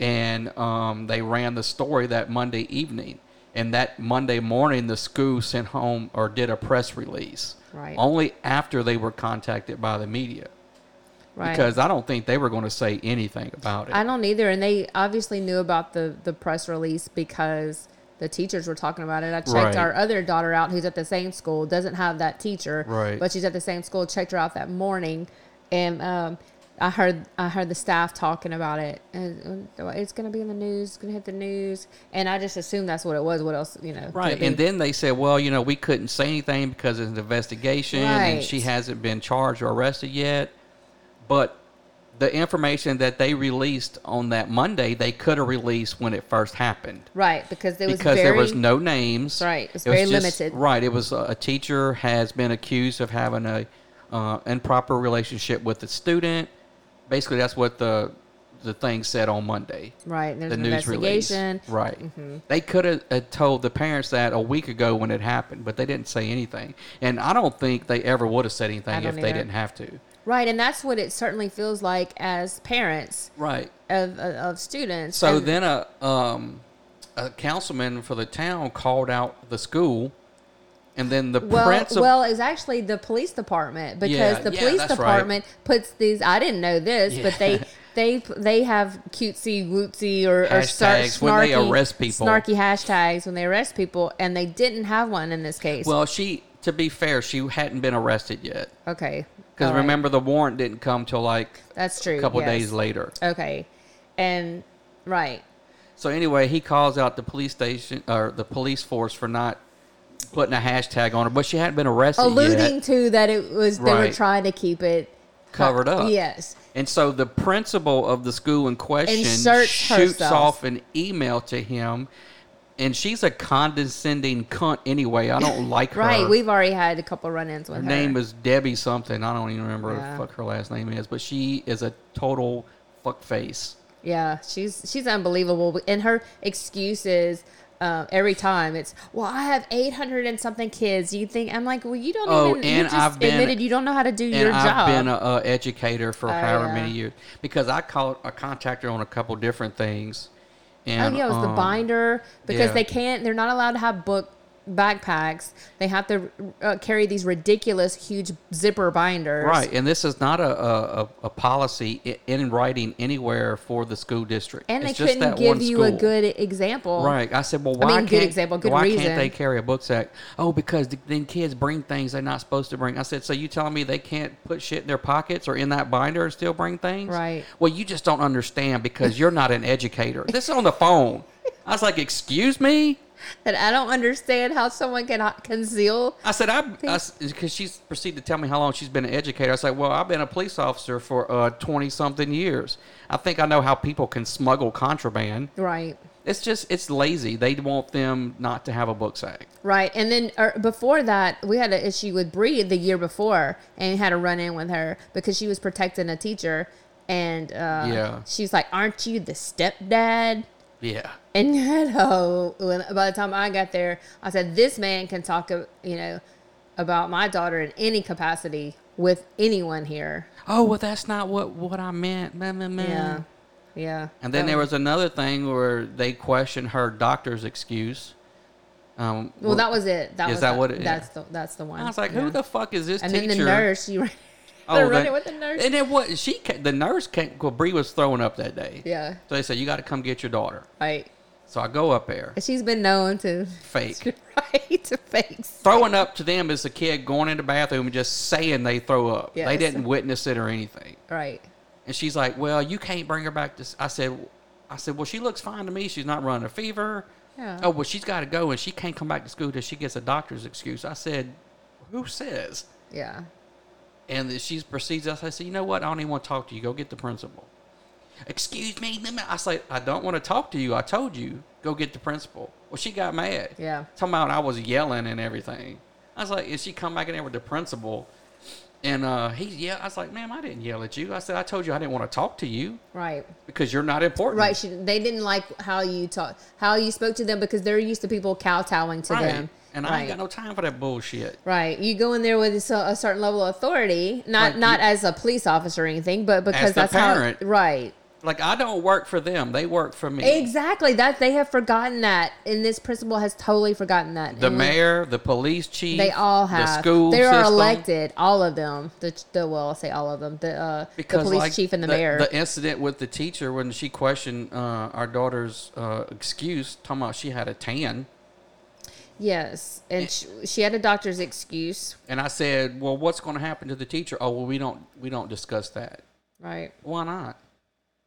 Speaker 2: and um, they ran the story that Monday evening. And that Monday morning, the school sent home or did a press release.
Speaker 3: Right.
Speaker 2: Only after they were contacted by the media,
Speaker 3: right.
Speaker 2: because I don't think they were going to say anything about it.
Speaker 3: I don't either. And they obviously knew about the the press release because the teachers were talking about it. I checked
Speaker 2: Right.
Speaker 3: our other daughter out, who's at the same school, doesn't have that teacher,
Speaker 2: Right.
Speaker 3: But she's at the same school. Checked her out that morning, and um, I heard I heard the staff talking about it, and uh, it's going to be in the news. It's going to hit the news, and I just assumed that's what it was. What else, you know? could it
Speaker 2: Right.
Speaker 3: be?
Speaker 2: And then they said, well, you know, we couldn't say anything because it's an investigation
Speaker 3: Right.
Speaker 2: and she hasn't been charged or arrested yet. But the information that they released on that Monday, they could have released when it first happened.
Speaker 3: right because there was
Speaker 2: because
Speaker 3: very,
Speaker 2: there was no names.
Speaker 3: Right, it was very limited.
Speaker 2: Right. It was uh, a teacher has been accused of having a uh, improper relationship with the student. Basically, that's what the the thing said on Monday
Speaker 3: right. There's
Speaker 2: the
Speaker 3: an
Speaker 2: news release.
Speaker 3: investigation. Mm-hmm.
Speaker 2: Right. They could have uh, told the parents that a week ago when it happened, but they didn't say anything. And I don't think they ever would have said anything
Speaker 3: don't
Speaker 2: if they
Speaker 3: either.
Speaker 2: didn't have to.
Speaker 3: Right, and that's what it certainly feels like as parents
Speaker 2: Right.
Speaker 3: of, of, of students.
Speaker 2: So
Speaker 3: And-
Speaker 2: then a um, a councilman for the town called out the school, and then the
Speaker 3: Well,
Speaker 2: principal.
Speaker 3: well, it's actually the police department because
Speaker 2: Yeah,
Speaker 3: the
Speaker 2: yeah,
Speaker 3: police
Speaker 2: that's right.
Speaker 3: department puts these. I didn't know this, but they they they have cutesy wootsy or, or snark-
Speaker 2: Hashtags when they
Speaker 3: snarky-
Speaker 2: arrest people.
Speaker 3: snarky hashtags when they arrest people, and they didn't have one in this case.
Speaker 2: well, she to be fair, she hadn't been arrested yet
Speaker 3: okay,
Speaker 2: because
Speaker 3: All right.
Speaker 2: remember the warrant didn't come till like
Speaker 3: that's true.
Speaker 2: a couple
Speaker 3: yes.
Speaker 2: days later.
Speaker 3: Okay, and right,
Speaker 2: So anyway, he calls out the police station or the police force for not putting a hashtag on her, but she hadn't been arrested
Speaker 3: alluding
Speaker 2: yet,
Speaker 3: to that it was they were
Speaker 2: Right.
Speaker 3: trying to keep it
Speaker 2: covered up.
Speaker 3: Yes,
Speaker 2: And so the principal of the school in question
Speaker 3: Inserts
Speaker 2: shoots
Speaker 3: herself.
Speaker 2: off an email to him, and she's a condescending cunt anyway. I
Speaker 3: [LAUGHS]
Speaker 2: don't like her.
Speaker 3: right. We've already had a couple run-ins with
Speaker 2: her
Speaker 3: her.
Speaker 2: name is Debbie something. I don't even remember what
Speaker 3: Yeah.
Speaker 2: the fuck her last name is, but she is a total fuck face.
Speaker 3: Yeah, she's she's unbelievable. And her excuses uh, every time it's, well, I have eight hundred and something kids. You think I'm like, well, you don't
Speaker 2: Oh,
Speaker 3: even. you
Speaker 2: and
Speaker 3: just
Speaker 2: I've been-
Speaker 3: admitted you don't know how to do
Speaker 2: and
Speaker 3: your
Speaker 2: I've
Speaker 3: job. Oh,
Speaker 2: been an educator for however
Speaker 3: yeah.
Speaker 2: many years because I called I contacted her on a couple different things.
Speaker 3: oh
Speaker 2: And,
Speaker 3: yeah, it was the
Speaker 2: um,
Speaker 3: binder because
Speaker 2: yeah.
Speaker 3: they can't. They're not allowed to have book backpacks, they have to uh, carry these ridiculous huge zipper binders.
Speaker 2: Right, and this is not a, a, a- a policy i- in writing anywhere for the school district.
Speaker 3: And they
Speaker 2: It's just
Speaker 3: couldn't
Speaker 2: that one
Speaker 3: give you a
Speaker 2: school.
Speaker 3: good example.
Speaker 2: Right, I said, well,
Speaker 3: I
Speaker 2: why
Speaker 3: mean, good
Speaker 2: can't
Speaker 3: example, good
Speaker 2: why
Speaker 3: reason.
Speaker 2: can't they carry a book sack? Oh, because th- then kids bring things they're not supposed to bring. I said, so you telling me they can't put shit in their pockets or in that binder and still bring things?
Speaker 3: Right.
Speaker 2: Well, you just don't understand because you're not an educator. This is on the phone. I was like, excuse me.
Speaker 3: That I don't understand how someone can h- conceal.
Speaker 2: I said, I,
Speaker 3: [LAUGHS]
Speaker 2: because she's proceeded to tell me how long she's been an educator. I said, well, I've been a police officer for uh, 20 something years. I think I know how people can smuggle contraband.
Speaker 3: Right.
Speaker 2: It's just, it's lazy. They want them not to have a book sack.
Speaker 3: Right. And then er, before that, we had an issue with Bree the year before and had a run in with her because she was protecting a teacher. And uh,
Speaker 2: Yeah.
Speaker 3: she's like, Aren't you the stepdad? [LAUGHS]
Speaker 2: Yeah.
Speaker 3: And you know, when, by the time I got there, I said, "This man can talk, uh, you know, about my daughter in any capacity with anyone here."
Speaker 2: Oh, well, that's not what, what I meant. Man, man, man.
Speaker 3: Yeah, yeah.
Speaker 2: Mm. And then
Speaker 3: That
Speaker 2: there was another thing where they questioned her doctor's excuse. Um,
Speaker 3: Well, that was it. That
Speaker 2: Is
Speaker 3: was
Speaker 2: that
Speaker 3: the-
Speaker 2: what it-
Speaker 3: That's the that's the one.
Speaker 2: I was like,
Speaker 3: Yeah.
Speaker 2: who the fuck is this
Speaker 3: And
Speaker 2: teacher?
Speaker 3: then the nurse, [LAUGHS] you. they're running
Speaker 2: that-
Speaker 3: with the nurse.
Speaker 2: And then what? She ca- the nurse came. Well, Bree was throwing up that day.
Speaker 3: Yeah.
Speaker 2: So they said you got to come get your daughter.
Speaker 3: right.
Speaker 2: So I go up there,
Speaker 3: And she's been known to
Speaker 2: fake.
Speaker 3: [LAUGHS] right to face.
Speaker 2: Throwing up to them is a kid going in the bathroom and just saying they throw up. They
Speaker 3: Yes.
Speaker 2: didn't witness it or anything.
Speaker 3: Right.
Speaker 2: And she's like, "Well, you can't bring her back to." s-" I said, "I said, well, she looks fine to me. She's not running a fever.
Speaker 3: Yeah.
Speaker 2: Oh, well, she's got to go, and she can't come back to school till she gets a doctor's excuse." I said, "Who says?"
Speaker 3: Yeah.
Speaker 2: And then she proceeds. I said, "You know what? I don't even want to talk to you. Go get the principal." Excuse me. ma'am." I said, "I don't want to talk to you. I told you go get the principal." Well, she got mad.
Speaker 3: Yeah.
Speaker 2: Talking about I was yelling and everything. I was like, "Is she come back in there with the principal?" And uh, he yelled. I was like, "Ma'am, I didn't yell at you. I said I told you I didn't want to talk to you
Speaker 3: Right.
Speaker 2: because you're not important."
Speaker 3: Right. She, they didn't like how you talk, how you spoke to them because they're used to people kowtowing to
Speaker 2: Right.
Speaker 3: them.
Speaker 2: And I ain't got no time for that bullshit.
Speaker 3: Right. You go in there with a cer- a certain level of authority, not
Speaker 2: Like
Speaker 3: not
Speaker 2: you-
Speaker 3: as a police officer or anything, but because
Speaker 2: the
Speaker 3: that's
Speaker 2: parent.
Speaker 3: how right.
Speaker 2: Like I don't work for them. They work for me.
Speaker 3: Exactly. That they have forgotten that, and this principal has totally forgotten that.
Speaker 2: The
Speaker 3: And we-
Speaker 2: mayor, the police chief,
Speaker 3: they all have.
Speaker 2: the school.
Speaker 3: they are
Speaker 2: system.
Speaker 3: elected, all of them. The, the well, I'll say all of them. The uh, the police
Speaker 2: like,
Speaker 3: chief and the,
Speaker 2: the
Speaker 3: mayor.
Speaker 2: The incident with the teacher when she questioned uh, our daughter's uh, excuse, talking about she had a tan,
Speaker 3: yes, and she, she had a doctor's excuse.
Speaker 2: and I said, "Well, what's going to happen to the teacher?" Oh, well, we don't we don't discuss that.
Speaker 3: Right.
Speaker 2: Why not?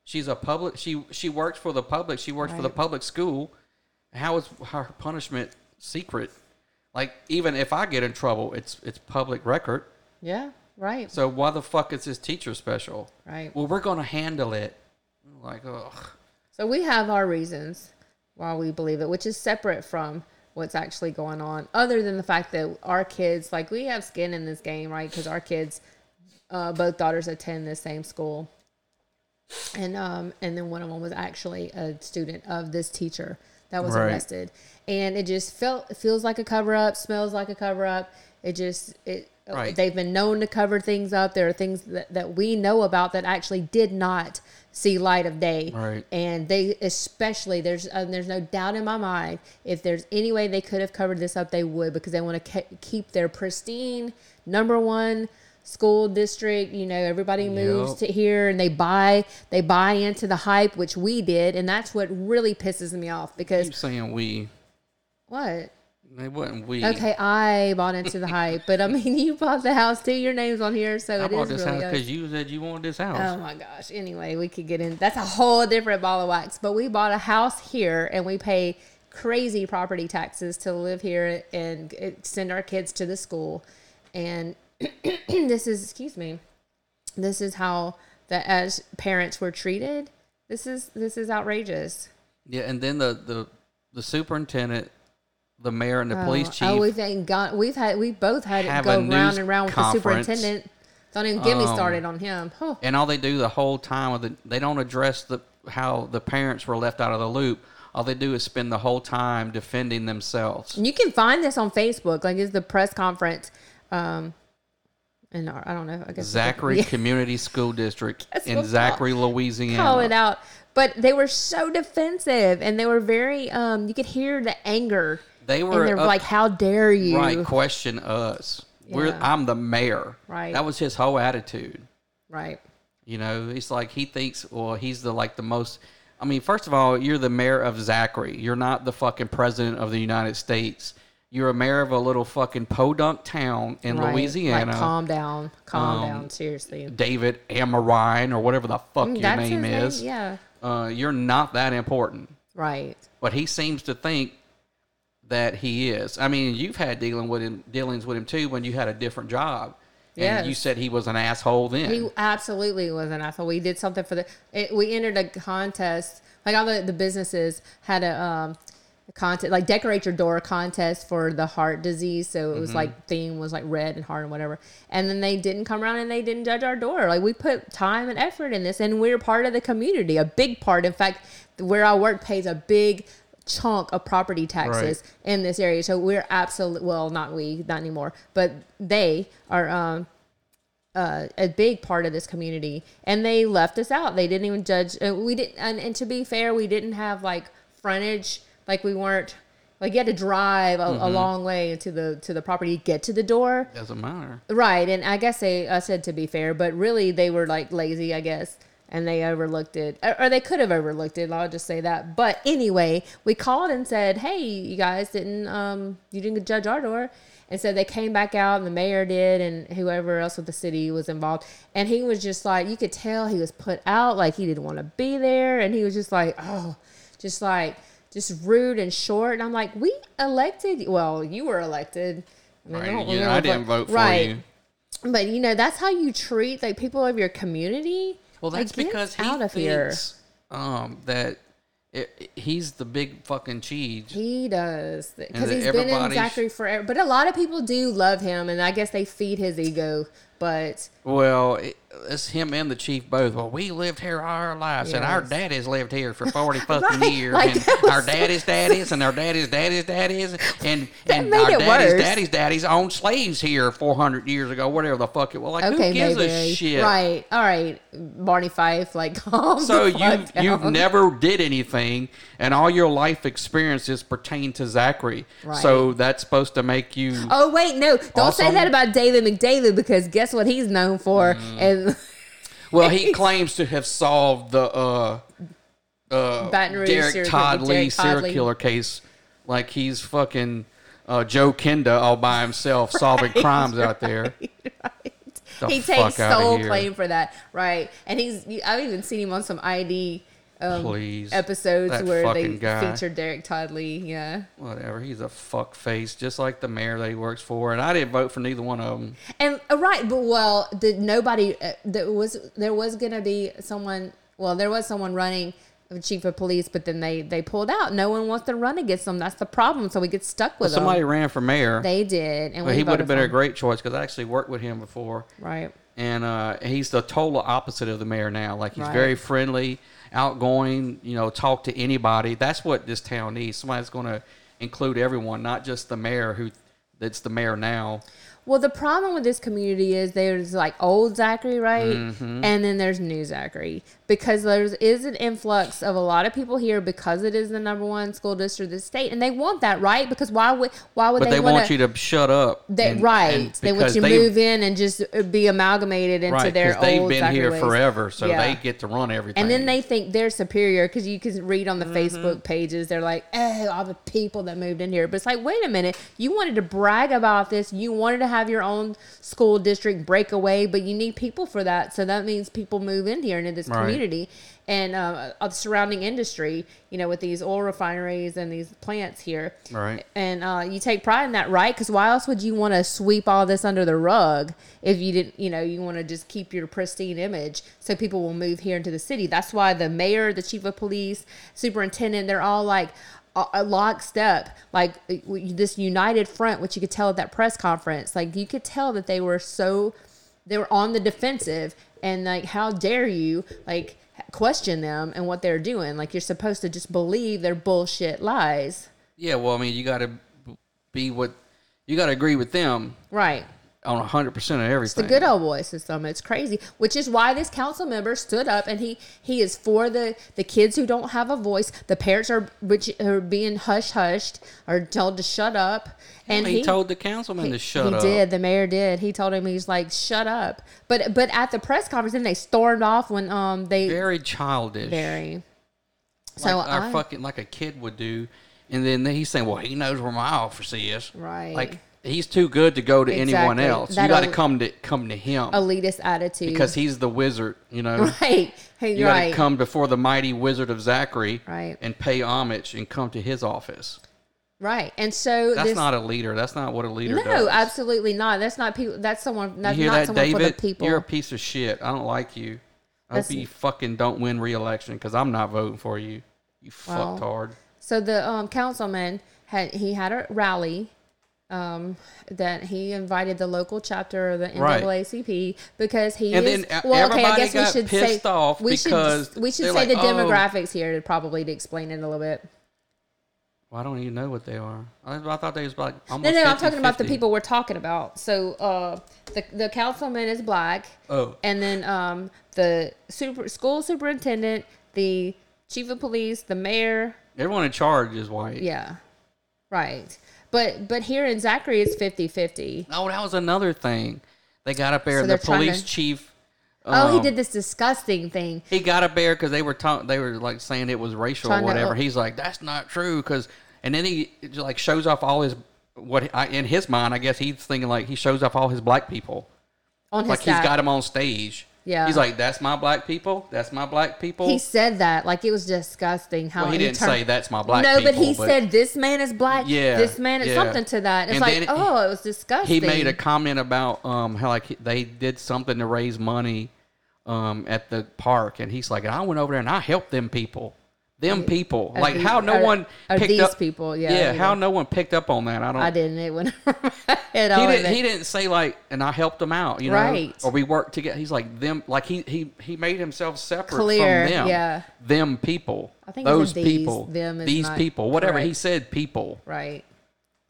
Speaker 2: She's a public. She she works for the public. She works for the
Speaker 3: Right.
Speaker 2: public school. How is her punishment secret? Like even if I get in trouble, it's it's public record.
Speaker 3: Yeah. Right.
Speaker 2: So why the fuck is this teacher special?
Speaker 3: Right.
Speaker 2: Well, we're gonna handle it. Like, ugh.
Speaker 3: So we have our reasons why we believe it, which is separate from what's actually going on, other than the fact that our kids, like we have skin in this game, right? Because our kids, uh, both daughters attend the same school. And um, and then one of them was actually a student of this teacher that was
Speaker 2: Right.
Speaker 3: arrested, and it just felt feels like a cover up, smells like a cover up. It just it
Speaker 2: Right.
Speaker 3: they've been known to cover things up. There are things that, that we know about that actually did not see light of day,
Speaker 2: Right.
Speaker 3: and they especially there's um, there's no doubt in my mind if there's any way they could have covered this up, they would because they want to ke- keep their pristine number one school district. You know, everybody moves
Speaker 2: Yep.
Speaker 3: to here and they buy they buy into the hype, which we did, and that's what really pisses me off
Speaker 2: Keep
Speaker 3: because
Speaker 2: saying we.
Speaker 3: what.
Speaker 2: They wasn't we.
Speaker 3: Okay, I bought into the hype, but I mean, [LAUGHS] you bought the house too. Your name's on here, so
Speaker 2: I
Speaker 3: it
Speaker 2: bought
Speaker 3: is
Speaker 2: this
Speaker 3: really
Speaker 2: house
Speaker 3: us.
Speaker 2: because you said you wanted this
Speaker 3: Oh
Speaker 2: house.
Speaker 3: my gosh. Anyway, we could get in. That's a whole different ball of wax. But we bought a house here and we pay crazy property taxes to live here and send our kids to the school. And [CLEARS THROAT] this is, excuse me, this is how that as parents were treated. This is this is outrageous.
Speaker 2: Yeah, and then the the the superintendent, the mayor, and the police chief.
Speaker 3: Oh, we've ain't got we've had we both had it
Speaker 2: Have
Speaker 3: go
Speaker 2: a
Speaker 3: round
Speaker 2: news
Speaker 3: and round with
Speaker 2: conference.
Speaker 3: the superintendent. Don't even get me
Speaker 2: Um,
Speaker 3: started on him. Huh.
Speaker 2: and all they do the whole time of the, they don't address the how the parents were left out of the loop. All they do is spend the whole time defending themselves.
Speaker 3: And you can find this on Facebook. Like it's the press conference. Um, in our, I don't know. I guess
Speaker 2: Zachary
Speaker 3: Yeah.
Speaker 2: Community School District
Speaker 3: [LAUGHS] That's what
Speaker 2: in
Speaker 3: I'm
Speaker 2: Zachary,
Speaker 3: [LAUGHS] call it
Speaker 2: Louisiana.
Speaker 3: out. But they were so defensive, and they were very. Um, you could hear the anger.
Speaker 2: They were
Speaker 3: and they're
Speaker 2: up-
Speaker 3: like, "How dare you?"
Speaker 2: Right, question us. We're
Speaker 3: Yeah.
Speaker 2: I'm the mayor.
Speaker 3: Right.
Speaker 2: That was his whole attitude.
Speaker 3: Right.
Speaker 2: You know, it's like he thinks, well, he's the like the most. I mean, first of all, you're the mayor of Zachary. You're not the fucking president of the United States. You're a mayor of a little fucking podunk town in
Speaker 3: right.
Speaker 2: Louisiana.
Speaker 3: Like, calm down. Calm
Speaker 2: Um,
Speaker 3: down. Seriously.
Speaker 2: David Amarine or whatever the fuck
Speaker 3: Mm,
Speaker 2: your
Speaker 3: that's
Speaker 2: name
Speaker 3: his name,
Speaker 2: is.
Speaker 3: yeah.
Speaker 2: Uh, you're not that important.
Speaker 3: Right.
Speaker 2: but he seems to think that he is. I mean, you've had dealing with him, dealings with him too when you had a different job, and you
Speaker 3: Yes.
Speaker 2: said he was an asshole then.
Speaker 3: He absolutely was an asshole. We did something for the. It, we entered a contest. Like all the, the businesses had a, um, a contest, like decorate your door contest for the heart disease. So it was like theme was like red and heart and whatever. And then they didn't come around and they didn't judge our door. Like we put time and effort in this, and we're part of the community, a big part. In fact, where I work pays a big chunk of property taxes in this area. So we're absolutely well, not we, not anymore, but they are. Um, uh, a big part of this community and they left us out they didn't even judge uh, we didn't and, and to be fair we didn't have like frontage like we weren't like you had to drive a, a long way to the to the property to get to the door
Speaker 2: Doesn't matter.
Speaker 3: right and i guess they i said to be fair but really they were like lazy i guess and they overlooked it or, or they could have overlooked it i'll just say that but anyway we called and said hey you guys didn't um you didn't judge our door and so they came back out and the mayor did and whoever else with the city was involved and he was just like you could tell he was put out like he didn't want to be there and he was just like oh just like just rude and short and i'm like we elected well you were elected I mean, I
Speaker 2: Right,
Speaker 3: don't
Speaker 2: you know, I
Speaker 3: remember, but-
Speaker 2: didn't vote for
Speaker 3: right
Speaker 2: you.
Speaker 3: but you know that's how you treat like people of your community.
Speaker 2: Well,
Speaker 3: Like,
Speaker 2: that's
Speaker 3: get
Speaker 2: because he
Speaker 3: out of here.
Speaker 2: thinks um, that it, it- he's the big fucking cheese.
Speaker 3: He does because
Speaker 2: that
Speaker 3: he's been in
Speaker 2: everybody sh-
Speaker 3: Zachary forever. But a lot of people do love him, and I guess they feed his ego. But
Speaker 2: well, it, it's him and the chief both. Well, we lived here all our lives, and our
Speaker 3: Yes.
Speaker 2: daddies lived here
Speaker 3: [LAUGHS]
Speaker 2: for forty fucking
Speaker 3: Right,
Speaker 2: years,
Speaker 3: like
Speaker 2: and
Speaker 3: that was
Speaker 2: our
Speaker 3: so-
Speaker 2: daddies' daddies, and our daddies' daddies' daddies, and
Speaker 3: [LAUGHS] That
Speaker 2: and
Speaker 3: made
Speaker 2: our
Speaker 3: it
Speaker 2: daddies'
Speaker 3: worse.
Speaker 2: daddies' daddies owned slaves here four hundred years ago, whatever the fuck it was. Like,
Speaker 3: okay,
Speaker 2: who gives
Speaker 3: maybe
Speaker 2: a shit?
Speaker 3: right, [LAUGHS] all right, Barney Fife, like [LAUGHS] calm.
Speaker 2: So
Speaker 3: the
Speaker 2: you
Speaker 3: fuck
Speaker 2: you've
Speaker 3: down.
Speaker 2: never did anything, and all your life experiences pertain to Zachary. So that's supposed to make you.
Speaker 3: Oh wait, no! Don't say
Speaker 2: Awesome.
Speaker 3: that about David McDavid because guess what he's known for?
Speaker 2: Mm.
Speaker 3: [LAUGHS] And
Speaker 2: Well, he claims to have solved the uh, uh,
Speaker 3: Baton Rouge
Speaker 2: Derek
Speaker 3: serial-
Speaker 2: Todd
Speaker 3: Derek
Speaker 2: Lee serial
Speaker 3: Todd Lee.
Speaker 2: killer case, like he's fucking uh, Joe Kinda all by
Speaker 3: [LAUGHS]
Speaker 2: himself solving crimes out there. The
Speaker 3: he
Speaker 2: fuck
Speaker 3: takes
Speaker 2: outta
Speaker 3: sole
Speaker 2: here.
Speaker 3: claim for that, right? And he's you- I've even seen him on some ID [LAUGHS] um,
Speaker 2: Please.
Speaker 3: episodes
Speaker 2: That
Speaker 3: where they
Speaker 2: fucking guy.
Speaker 3: featured Derek Todd Lee. Yeah,
Speaker 2: Whatever, he's a fuck face, just like the mayor that he works for. And I didn't vote for neither one of them.
Speaker 3: and uh, right, but well, the, nobody uh, there was there was gonna be someone. Well, there was someone running for chief of police, but then they they pulled out. No one wants to run against them. That's the problem. So we get stuck with
Speaker 2: Somebody
Speaker 3: them.
Speaker 2: ran for mayor.
Speaker 3: um, They did, and
Speaker 2: But
Speaker 3: we
Speaker 2: he would
Speaker 3: voted
Speaker 2: have been
Speaker 3: for
Speaker 2: a
Speaker 3: him.
Speaker 2: great choice because I actually worked with him before,
Speaker 3: right.
Speaker 2: and uh, he's the total opposite of the mayor now. Like he's
Speaker 3: Right.
Speaker 2: very friendly, outgoing. You know, talk to anybody. That's what this town needs. Somebody's going to include everyone, not just the mayor who that's the mayor now.
Speaker 3: Well, the problem with this community is there's like old Zachary, right?
Speaker 2: Mm-hmm.
Speaker 3: And then there's new Zachary because there's is an influx of a lot of people here because it is the number one school district of the state, and they want that, right? Because why would why would
Speaker 2: But they,
Speaker 3: wanna,
Speaker 2: want you to shut up.
Speaker 3: they,
Speaker 2: and-
Speaker 3: right?
Speaker 2: and
Speaker 3: they want
Speaker 2: because
Speaker 3: you to move in and just be amalgamated into
Speaker 2: Right,
Speaker 3: their
Speaker 2: because they've
Speaker 3: old
Speaker 2: been
Speaker 3: Zachary
Speaker 2: here
Speaker 3: ways.
Speaker 2: forever, so
Speaker 3: Yeah.
Speaker 2: they get to run everything. Mm-hmm.
Speaker 3: And then they think they're superior because you can read on the Facebook pages, they're like, oh, all the people that moved in here. But it's like, wait a minute, you wanted to brag about this. You wanted to have your own school district breakaway, but you need people for that. So that means people move in here into this
Speaker 2: Right.
Speaker 3: community and uh, of surrounding industry, you know, with these oil refineries and these plants here.
Speaker 2: Right.
Speaker 3: And uh, you take pride in that, right? Because why else would you want to sweep all this under the rug if you didn't, you know, you want to just keep your pristine image so people will move here into the city? That's why the mayor, the chief of police, superintendent, they're all like a a lockstep, like uh, w- this united front, which you could tell at that press conference. Like you could tell that they were so, they were on the defensive and like, how dare you, like, question them and what they're doing. Like you're supposed to just believe their bullshit lies.
Speaker 2: yeah, well, I mean, you got to be what you got to agree with them.
Speaker 3: Right.
Speaker 2: on 100% of everything.
Speaker 3: It's the good old boy system. It's crazy, which is why this council member stood up and he he is for the the kids who don't have a voice. The parents are which are being hush hushed or told to shut up. And
Speaker 2: he, told the councilman to shut
Speaker 3: he
Speaker 2: up.
Speaker 3: did. The mayor did. He told him he's like shut up. But but at the press conference, then they stormed off when um they very.
Speaker 2: Very childish.
Speaker 3: So
Speaker 2: like our
Speaker 3: I-
Speaker 2: fucking like a kid would do. And then he's saying, "Well, he knows where my office is."
Speaker 3: Right.
Speaker 2: Like he's too good to go to anyone
Speaker 3: Exactly.
Speaker 2: else.
Speaker 3: That
Speaker 2: you got to
Speaker 3: el-
Speaker 2: come to come to him
Speaker 3: elitist attitude
Speaker 2: because he's the wizard. You know.
Speaker 3: [LAUGHS] right Hey,
Speaker 2: You got
Speaker 3: right
Speaker 2: to come before the mighty wizard of Zachary
Speaker 3: Right.
Speaker 2: and pay homage and come to his office.
Speaker 3: right and so
Speaker 2: That's
Speaker 3: this,
Speaker 2: not a leader. That's not what a leader
Speaker 3: no
Speaker 2: does.
Speaker 3: absolutely not that's not people that's someone that's
Speaker 2: you hear
Speaker 3: not
Speaker 2: that,
Speaker 3: someone
Speaker 2: David?
Speaker 3: for the people
Speaker 2: You're a piece of shit. I don't like you. I
Speaker 3: That's-
Speaker 2: hope you fucking don't win re-election because I'm not voting for you. You
Speaker 3: Well,
Speaker 2: fucked hard.
Speaker 3: So the um, councilman had he had a rally um, that he invited the local chapter of the
Speaker 2: Right.
Speaker 3: NAACP because he
Speaker 2: And
Speaker 3: is
Speaker 2: then e-
Speaker 3: well. Okay, I
Speaker 2: everybody
Speaker 3: guess we
Speaker 2: got
Speaker 3: should
Speaker 2: pissed
Speaker 3: say
Speaker 2: off
Speaker 3: we should
Speaker 2: because
Speaker 3: we should
Speaker 2: they're
Speaker 3: say
Speaker 2: like,
Speaker 3: the
Speaker 2: "Oh."
Speaker 3: demographics here to probably to explain it a little bit.
Speaker 2: Well, I don't even know what they are. I, I thought they was like almost
Speaker 3: No, no, I'm talking about the
Speaker 2: 50-50.
Speaker 3: people we're talking about. So uh, the the councilman is black,
Speaker 2: Oh,
Speaker 3: and then um, the super school superintendent, the chief of police, the mayor,
Speaker 2: everyone in charge is white.
Speaker 3: Yeah. Right. But but here in Zachary it's 50-50.
Speaker 2: Oh, that was another thing. They got up there.
Speaker 3: So
Speaker 2: and the
Speaker 3: they're trying
Speaker 2: police
Speaker 3: to-
Speaker 2: chief.
Speaker 3: oh, he
Speaker 2: um,
Speaker 3: did this disgusting thing.
Speaker 2: He got up there because they were talking. They were like saying it was racial or
Speaker 3: Trying to-
Speaker 2: whatever. He's like, that's not true. Because and then he just, like shows off all his what I, in his mind. I guess he's thinking like he shows off all his black people.
Speaker 3: On his
Speaker 2: like
Speaker 3: staff.
Speaker 2: he's got him on stage.
Speaker 3: Yeah.
Speaker 2: He's like, that's my black people. That's my black people.
Speaker 3: He said that like it was disgusting how
Speaker 2: well, he didn't
Speaker 3: turned-
Speaker 2: say that's my black
Speaker 3: no,
Speaker 2: people.
Speaker 3: but he said this man is black.
Speaker 2: Yeah,
Speaker 3: this man is
Speaker 2: yeah.
Speaker 3: something to that. It's
Speaker 2: And
Speaker 3: like,
Speaker 2: then it-
Speaker 3: oh, it was disgusting.
Speaker 2: he made a comment about um how like he- they did something to raise money um at the park and he's like and I went over there and I helped them people them people
Speaker 3: Are
Speaker 2: like
Speaker 3: these-
Speaker 2: how no
Speaker 3: are-
Speaker 2: one
Speaker 3: are
Speaker 2: picked
Speaker 3: these
Speaker 2: up
Speaker 3: people? Yeah,
Speaker 2: yeah
Speaker 3: you
Speaker 2: how
Speaker 3: know.
Speaker 2: no one picked up on that I don't
Speaker 3: I didn't. It went [LAUGHS] at
Speaker 2: he
Speaker 3: all.
Speaker 2: didn't he didn't say like and I helped them out you know
Speaker 3: Right.
Speaker 2: or we worked together he's like them like he he he made himself separate
Speaker 3: Clear,
Speaker 2: from them
Speaker 3: yeah.
Speaker 2: them people
Speaker 3: I think he said
Speaker 2: those
Speaker 3: these,
Speaker 2: people
Speaker 3: them is
Speaker 2: these
Speaker 3: not
Speaker 2: people whatever he
Speaker 3: correct.
Speaker 2: said people
Speaker 3: Right.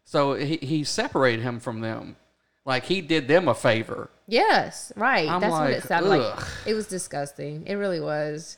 Speaker 2: so he he separated him from them like he did them a favor
Speaker 3: Yes. Right.
Speaker 2: I'm
Speaker 3: That's what
Speaker 2: like,
Speaker 3: it sounded
Speaker 2: ugh.
Speaker 3: like. It was disgusting. It really was.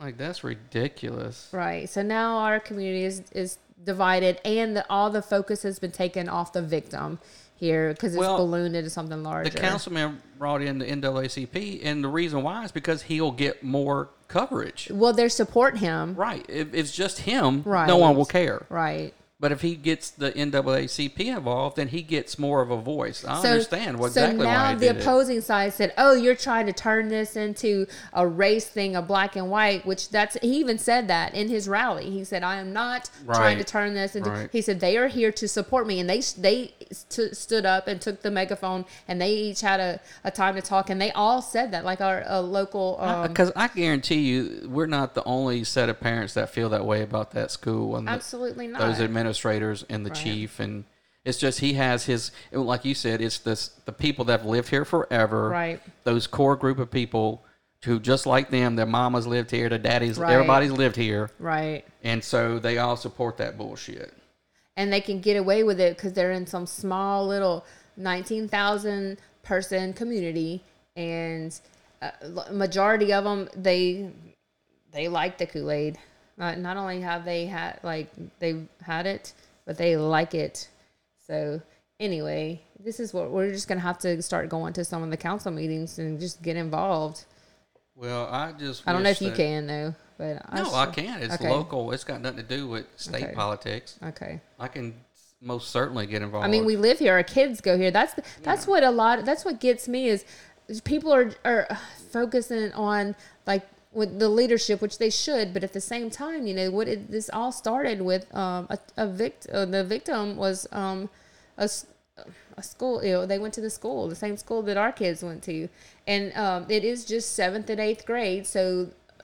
Speaker 2: Like that's ridiculous.
Speaker 3: Right. So now our community is is divided, and the, all the focus has been taken off the victim here because it's
Speaker 2: Well,
Speaker 3: ballooned into something larger.
Speaker 2: The councilman brought in the NAACP, and the reason why is because he'll get more coverage.
Speaker 3: Well, they support him.
Speaker 2: Right. If it's just him,
Speaker 3: Right.
Speaker 2: no one will care.
Speaker 3: Right.
Speaker 2: But if he gets the NAACP involved, then he gets more of a voice. I
Speaker 3: So-
Speaker 2: understand what, exactly
Speaker 3: So now
Speaker 2: why he
Speaker 3: the
Speaker 2: did it.
Speaker 3: opposing side said, "Oh, you're trying to turn this into a race thing, a black and white." Which that's he even said that in his rally. He said, "I am not trying to
Speaker 2: Right.
Speaker 3: turn this into."
Speaker 2: Right.
Speaker 3: He said, "They are here to support me," and they they st- stood up and took the megaphone, and they each had a, a time to talk, and they all said that, like our a local. Um,
Speaker 2: Because I guarantee you, we're not the only set of parents that feel that way about that school and the-
Speaker 3: Absolutely not.
Speaker 2: those administrators and the chief. And it's just he has his, like you said, it's this the people that have lived here forever,
Speaker 3: Right.
Speaker 2: Those core group of people who just like them, their mamas lived here, their daddies,
Speaker 3: Right.
Speaker 2: everybody's lived here,
Speaker 3: right.
Speaker 2: and so they all support that bullshit.
Speaker 3: and they can get away with it because they're in some small little 19,000 person community and uh, l- majority of them they they like the kool-aid Uh, not, not only have they had like they've had it but they like it so anyway this is what we're just gonna have to start going to some of the council meetings and just get involved
Speaker 2: Well, I just
Speaker 3: i don't know
Speaker 2: wish
Speaker 3: if you
Speaker 2: that-
Speaker 3: can though but
Speaker 2: No, I can. It's
Speaker 3: Okay.
Speaker 2: local. It's got nothing to do with state
Speaker 3: Okay.
Speaker 2: politics.
Speaker 3: okay
Speaker 2: I can most certainly get involved.
Speaker 3: I mean, we live here. Our kids go here. That's that's what a lot. That's what gets me is is people are are focusing on like with the leadership, which they should. But at the same time, you know what? It, this all started with um, a, a victim. Uh, the victim was um, a s- a school. You know, they went to the school, the same school that our kids went to, and um, it is just seventh and eighth grade. So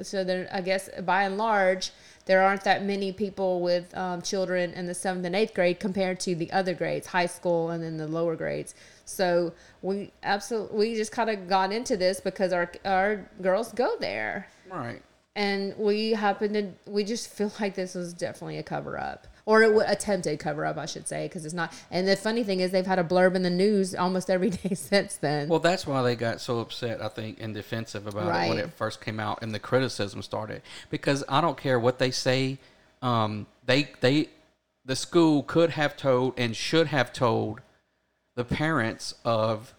Speaker 3: so there, I guess by and large, there aren't that many people with um, children in the seventh and eighth grade compared to the other grades, high school and then the lower grades. So we absolutely we just kind of got into this because our our girls go there
Speaker 2: right.
Speaker 3: [LAUGHS] and we happened to we just feel like this was definitely a cover up or it w- attempted cover up, I should say, because it's not. And the funny thing is, they've had a blurb in the news almost every [LAUGHS] day since then.
Speaker 2: Well, that's why they got so upset, I think, and defensive about it when
Speaker 3: Right.
Speaker 2: it first came out and the criticism started. Because I don't care what they say, um, they they the school could have told and should have told the parents of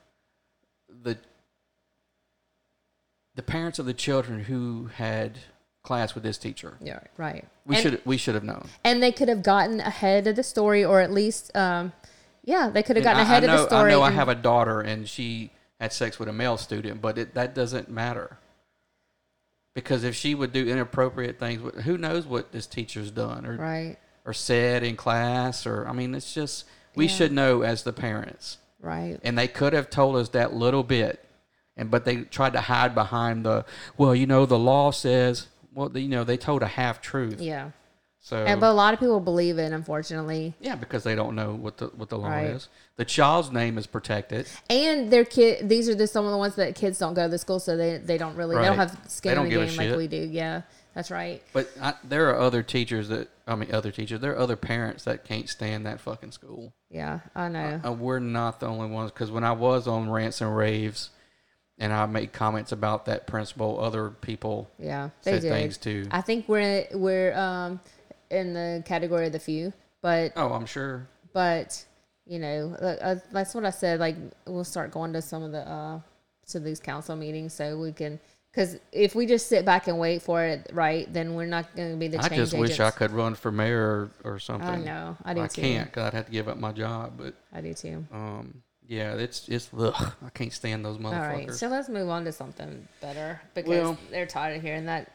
Speaker 2: the the parents of the children who had class with this teacher.
Speaker 3: yeah, right.
Speaker 2: We
Speaker 3: And-
Speaker 2: should we should have known.
Speaker 3: and they could have gotten ahead of the story, or at least, um, yeah, they could have gotten
Speaker 2: And I-
Speaker 3: ahead
Speaker 2: I, know,
Speaker 3: of the story.
Speaker 2: I know I
Speaker 3: and-
Speaker 2: have a daughter and she had sex with a male student, but it, that doesn't matter. Because if she would do inappropriate things, with- who knows what this teacher's done or,
Speaker 3: right,
Speaker 2: or said in class? Or, I mean, it's just, we
Speaker 3: Yeah.
Speaker 2: should know as the parents.
Speaker 3: right,
Speaker 2: And they could have told us that little bit. And, but they tried to hide behind the, well, you know, the law says, well, you know, they told a half truth.
Speaker 3: yeah.
Speaker 2: So,
Speaker 3: And but a lot of people believe it, unfortunately.
Speaker 2: yeah, because they don't know what the, what the law
Speaker 3: Right.
Speaker 2: is. The child's name is protected.
Speaker 3: And their kid, these are the, some of the ones that kids don't go to school, so they they don't really they don't
Speaker 2: Right.
Speaker 3: have
Speaker 2: They
Speaker 3: skin
Speaker 2: don't
Speaker 3: in the
Speaker 2: give a
Speaker 3: game like
Speaker 2: shit.
Speaker 3: we do. Yeah, that's right.
Speaker 2: But I, there are other teachers that I mean, other teachers. There are other parents that can't stand that fucking school.
Speaker 3: Yeah, I know.
Speaker 2: Uh, we're not the only ones because when I was on rants and raves, and I made comments about that principal, other people
Speaker 3: yeah, they
Speaker 2: said
Speaker 3: did.
Speaker 2: things too.
Speaker 3: I think we're we're um in the category of the few, but
Speaker 2: oh, I'm sure.
Speaker 3: but you know like, uh, that's what i said like we'll start going to some of the uh to these council meetings so we can because if we just sit back and wait for it right then we're not going to be the
Speaker 2: I
Speaker 3: change
Speaker 2: just wish I
Speaker 3: agents.
Speaker 2: could run for mayor or, or something.
Speaker 3: know, I do
Speaker 2: I
Speaker 3: too.
Speaker 2: can't because I'd have to give up my job. But
Speaker 3: i do too
Speaker 2: um, yeah, it's it's ugh, I can't stand those
Speaker 3: all right
Speaker 2: motherfuckers.
Speaker 3: so let's move on to something better because
Speaker 2: Well-
Speaker 3: they're tired of hearing that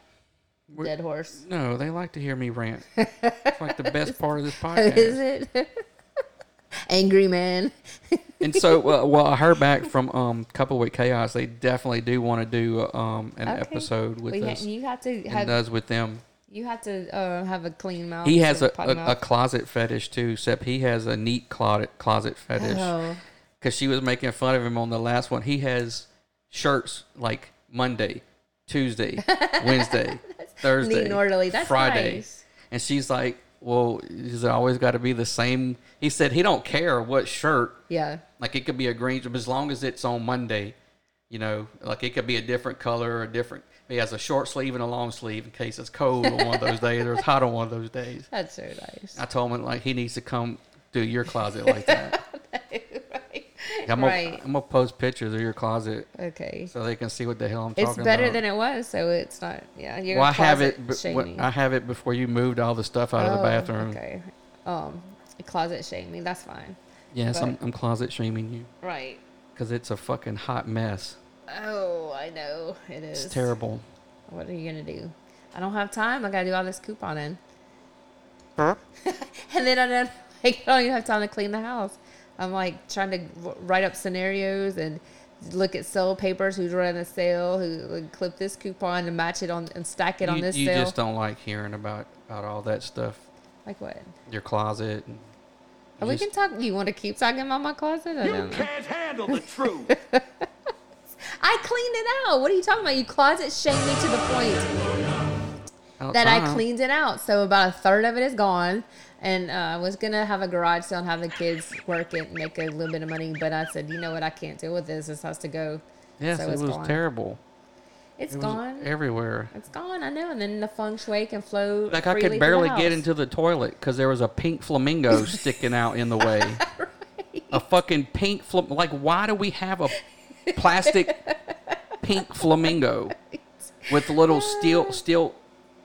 Speaker 2: We're-
Speaker 3: dead horse
Speaker 2: no, they like to hear me
Speaker 3: [LAUGHS]
Speaker 2: rant. it's like the best part of this podcast.
Speaker 3: is it [LAUGHS] angry man
Speaker 2: And so, uh, well, I heard back from um, Couple with Chaos. They definitely do want to do uh, um, an
Speaker 3: Okay.
Speaker 2: episode with
Speaker 3: We ha-
Speaker 2: us.
Speaker 3: you have to
Speaker 2: and
Speaker 3: have
Speaker 2: does with them.
Speaker 3: you have to uh, have a clean mouth
Speaker 2: He has
Speaker 3: and
Speaker 2: a,
Speaker 3: potty
Speaker 2: a, a
Speaker 3: mouth.
Speaker 2: closet fetish too. Except he has a neat closet closet fetish.
Speaker 3: Oh.
Speaker 2: Because she was making fun of him on the last one. He has shirts like Monday,
Speaker 3: [LAUGHS]
Speaker 2: Tuesday, Wednesday, Thursday,
Speaker 3: neat and orderly. That's
Speaker 2: Friday,
Speaker 3: nice.
Speaker 2: and she's like, "Well, is it always got to be the same?" He said he don't care what shirt
Speaker 3: yeah
Speaker 2: Like it could be a green, but as long as it's on Monday, you know, like it could be a different color or a different. He has a short sleeve and a long sleeve in case it's cold on one of those days or it's hot on one of those days.
Speaker 3: that's so nice
Speaker 2: I told him like he needs to come do your closet like that.
Speaker 3: [LAUGHS] right
Speaker 2: I'm gonna,
Speaker 3: right
Speaker 2: I'm gonna post pictures of your closet
Speaker 3: okay
Speaker 2: so they can see what the hell I'm
Speaker 3: It's
Speaker 2: talking
Speaker 3: better
Speaker 2: about.
Speaker 3: than it was, so it's not. Yeah, you're
Speaker 2: well, I
Speaker 3: a
Speaker 2: have
Speaker 3: closet
Speaker 2: it. b-
Speaker 3: shaming.
Speaker 2: when- I have it before you moved all the stuff out of the
Speaker 3: Oh,
Speaker 2: bathroom.
Speaker 3: Okay, um, closet shaming. That's fine.
Speaker 2: Yes, I'm,
Speaker 3: But-
Speaker 2: I'm closet shaming you
Speaker 3: Right.
Speaker 2: because it's a fucking hot mess.
Speaker 3: Oh, I know it is.
Speaker 2: It's terrible.
Speaker 3: What are you gonna do? I don't have time. I gotta do all this couponing, [LAUGHS] and then I don't. Like, I don't even have time to clean the house. I'm like trying to w- write up scenarios and look at sale papers. Who's running a sale? Who like, clip this coupon and match it on and stack it on
Speaker 2: you
Speaker 3: this
Speaker 2: you
Speaker 3: sale?
Speaker 2: just don't like hearing about about all that stuff.
Speaker 3: like what?
Speaker 2: your closet. and
Speaker 3: Oh, we
Speaker 2: just-
Speaker 3: can talk. You want to keep talking about my closet? I, don't know.
Speaker 4: Can't handle the truth.
Speaker 3: I cleaned it out. What are you talking about? You closet shamed me to the point
Speaker 2: Oh,
Speaker 3: that I
Speaker 2: uh-huh.
Speaker 3: cleaned it out. So about a third of it is gone. And uh, I was gonna have a garage sale and have the kids work it and make a little bit of money, but I said, you know what? I can't deal with this. This has to go.
Speaker 2: Yes,
Speaker 3: so
Speaker 2: it
Speaker 3: it's
Speaker 2: was
Speaker 3: gone.
Speaker 2: terrible.
Speaker 3: It's
Speaker 2: It was
Speaker 3: gone.
Speaker 2: everywhere.
Speaker 3: it's gone. I know. And then the feng shui can flow.
Speaker 2: Like I
Speaker 3: freely
Speaker 2: could
Speaker 3: through the
Speaker 2: barely
Speaker 3: house.
Speaker 2: get into the toilet because there was a pink
Speaker 3: [LAUGHS]
Speaker 2: flamingo sticking out in the way. A fucking pink flam. Like, why do we have a
Speaker 3: [LAUGHS]
Speaker 2: plastic pink flamingo with little
Speaker 3: [LAUGHS]
Speaker 2: steel steel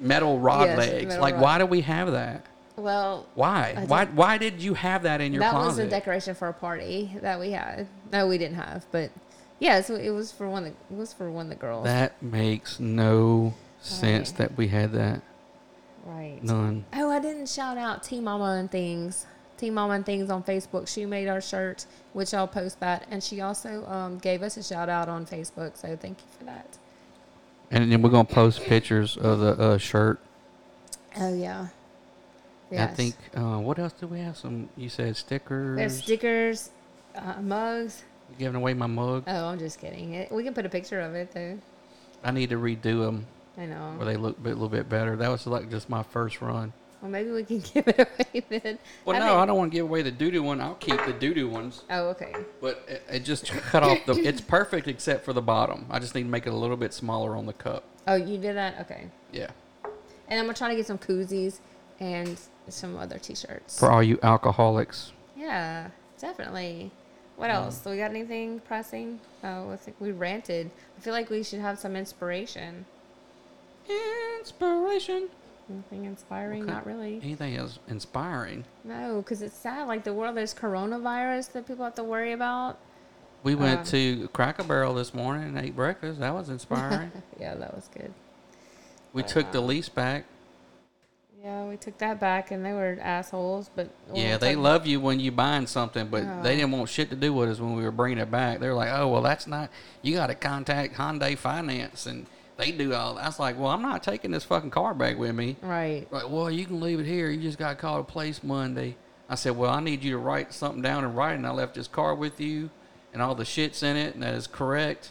Speaker 2: metal rod
Speaker 3: Yes,
Speaker 2: legs?
Speaker 3: metal
Speaker 2: like,
Speaker 3: rod.
Speaker 2: why do we have that?
Speaker 3: Well,
Speaker 2: Why? Why? Why did you have that in your
Speaker 3: that
Speaker 2: closet?
Speaker 3: was a decoration for a party that we had. No, we didn't have, but yeah, so it was for one. Of the, it was for one of the girls.
Speaker 2: that makes no sense
Speaker 3: Right.
Speaker 2: that we had that.
Speaker 3: right.
Speaker 2: None.
Speaker 3: Oh, I didn't shout out Team Mama and Things. Team Mama and Things on Facebook. She made our shirt, which I'll post that. And she also um, gave us a shout out on Facebook. So thank you for that.
Speaker 2: And then we're gonna post pictures of the uh, shirt.
Speaker 3: Oh, yeah.
Speaker 2: And I think uh, what else do we have? Some you said stickers.
Speaker 3: There's stickers, uh, mugs.
Speaker 2: You're giving away my mug.
Speaker 3: Oh, I'm just kidding. It, we can put a picture of it, though.
Speaker 2: I need to redo them
Speaker 3: I know.
Speaker 2: where they look a little bit better. That was like just my first run.
Speaker 3: Well, maybe we can [LAUGHS] give it away then.
Speaker 2: Well,
Speaker 3: I
Speaker 2: no,
Speaker 3: think-
Speaker 2: I don't want to give away the doo doo one. I'll keep the doo doo ones.
Speaker 3: Oh, okay.
Speaker 2: But it, it just cut off the. It's perfect except for the bottom. I just need to make it a little bit smaller on the cup.
Speaker 3: Oh, you did that? Okay.
Speaker 2: Yeah.
Speaker 3: And I'm gonna try to get some koozies and some other t-shirts.
Speaker 2: For all you alcoholics,
Speaker 3: Yeah, definitely. What else? Do we got anything pressing? Oh, I think we ranted. I feel like we should have some inspiration.
Speaker 2: inspiration.
Speaker 3: Anything inspiring?
Speaker 2: Okay.
Speaker 3: Not really.
Speaker 2: Anything is inspiring.
Speaker 3: No, because it's sad. Like the world, there's coronavirus that people have to worry about.
Speaker 2: We went
Speaker 3: Um,
Speaker 2: to Cracker Barrel this morning and ate breakfast. That was
Speaker 3: [LAUGHS]
Speaker 2: inspiring.
Speaker 3: Yeah, that was good.
Speaker 2: we took the lease back.
Speaker 3: Yeah, we took that back, and they were assholes. But well,
Speaker 2: yeah,
Speaker 3: it's
Speaker 2: they
Speaker 3: like-
Speaker 2: love you when you buying something, but they didn't want shit to do with us when we were bringing it back. They were like, "Oh, well, that's not. You got to contact Hyundai Finance, and they do all." That. I was like, "Well, I'm not taking this fucking car back with me."
Speaker 3: Right.
Speaker 2: Like, well, you can leave it here. You just got to call the place Monday. I said, well, I need you to write something down in writing. I left this car with you, and all the shits in it, and that is correct.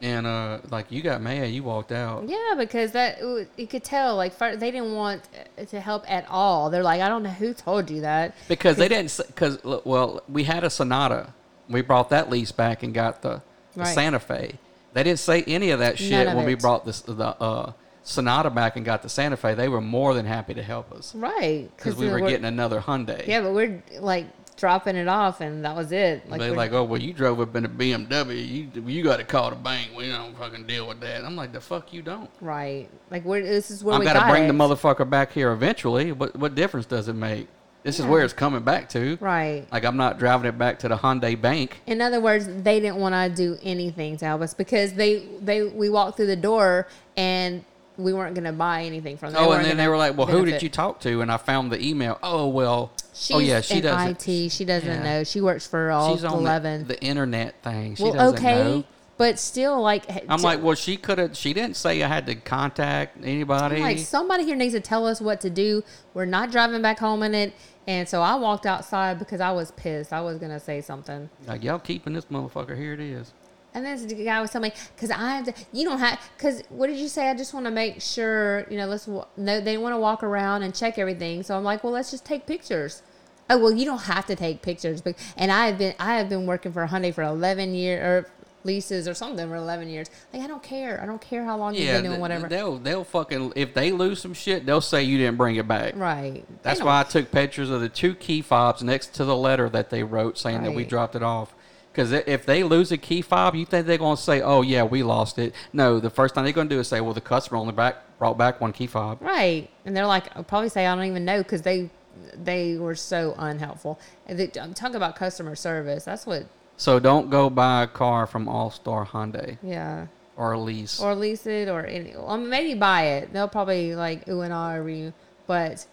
Speaker 2: And uh, like, you got mad. You walked out.
Speaker 3: Yeah, because that you could tell. Like fir- they didn't want uh, to help at all. They're like, I don't know who told you that.
Speaker 2: because they didn't because well we had a sonata we brought that lease back and got the, the
Speaker 3: Right.
Speaker 2: santa fe they didn't say any of that shit
Speaker 3: None of
Speaker 2: when we
Speaker 3: it.
Speaker 2: brought this the uh, sonata back and got the santa fe they were more than happy to help us
Speaker 3: Right.
Speaker 2: because we
Speaker 3: then
Speaker 2: were
Speaker 3: we're-
Speaker 2: getting another hyundai
Speaker 3: Yeah, but we're like dropping it off, and that was it.
Speaker 2: they're
Speaker 3: we're-
Speaker 2: like, oh well, you drove up in a BMW. You you got to call the bank. We don't fucking deal with that. I'm like, the fuck you don't.
Speaker 3: right, like we're this is where
Speaker 2: I'm
Speaker 3: we
Speaker 2: gonna
Speaker 3: got
Speaker 2: bring the
Speaker 3: it.
Speaker 2: motherfucker back here eventually. What what difference does it make? This is where it's coming back to.
Speaker 3: Right.
Speaker 2: Like I'm not driving it back to the Hyundai bank.
Speaker 3: In other words, they didn't want to do anything to help us because they they we walked through the door and we weren't going to buy anything from them.
Speaker 2: Oh,
Speaker 3: weren't
Speaker 2: and then
Speaker 3: gonna
Speaker 2: they were like, "Well, who did
Speaker 3: benefit.
Speaker 2: you talk to?" And I found the email. Oh well.
Speaker 3: She's
Speaker 2: oh yeah, she
Speaker 3: in
Speaker 2: doesn't.
Speaker 3: IT. She doesn't
Speaker 2: yeah.
Speaker 3: know. She works for all
Speaker 2: She's on
Speaker 3: eleven.
Speaker 2: The, the internet thing. She
Speaker 3: well,
Speaker 2: doesn't
Speaker 3: okay,
Speaker 2: know.
Speaker 3: but still, like
Speaker 2: I'm
Speaker 3: t-
Speaker 2: like, well, she could have. She didn't say I had to contact anybody.
Speaker 3: Like somebody here needs to tell us what to do. We're not driving back home in it. And so I walked outside because I was pissed. I was gonna say something.
Speaker 2: Like, y'all keeping this motherfucker. Here it is.
Speaker 3: And then the guy was telling me, "Cause I, have to, you don't have, cause what did you say? I just want to make sure, you know, let's wa- no, they want to walk around and check everything. So I'm like, well, let's just take pictures. Oh well, you don't have to take pictures, but and I have been, I have been working for Hyundai for 11 years or leases or something for 11 years. Like I don't care, I don't care how long you've
Speaker 2: Yeah,
Speaker 3: been doing
Speaker 2: th-
Speaker 3: whatever.
Speaker 2: They'll they'll fucking if they lose some shit, they'll say you didn't bring it back.
Speaker 3: right. They
Speaker 2: That's
Speaker 3: don't-
Speaker 2: why I took pictures of the two key fobs next to the letter that they wrote saying that we
Speaker 3: Right.
Speaker 2: dropped it off. Because if they lose a key fob, you think they're going to say, oh, yeah, we lost it. No, the first thing they're going to do is say, well, the customer only back, brought back one key fob.
Speaker 3: Right. And they're like, I'll probably say I don't even know because they they were so unhelpful. And they- I'm talking about customer service. That's what.
Speaker 2: So don't go buy a car from All Star Hyundai
Speaker 3: Yeah.
Speaker 2: or lease.
Speaker 3: Or lease it or any. Well, maybe buy it. They'll probably like ooh and ah over you. But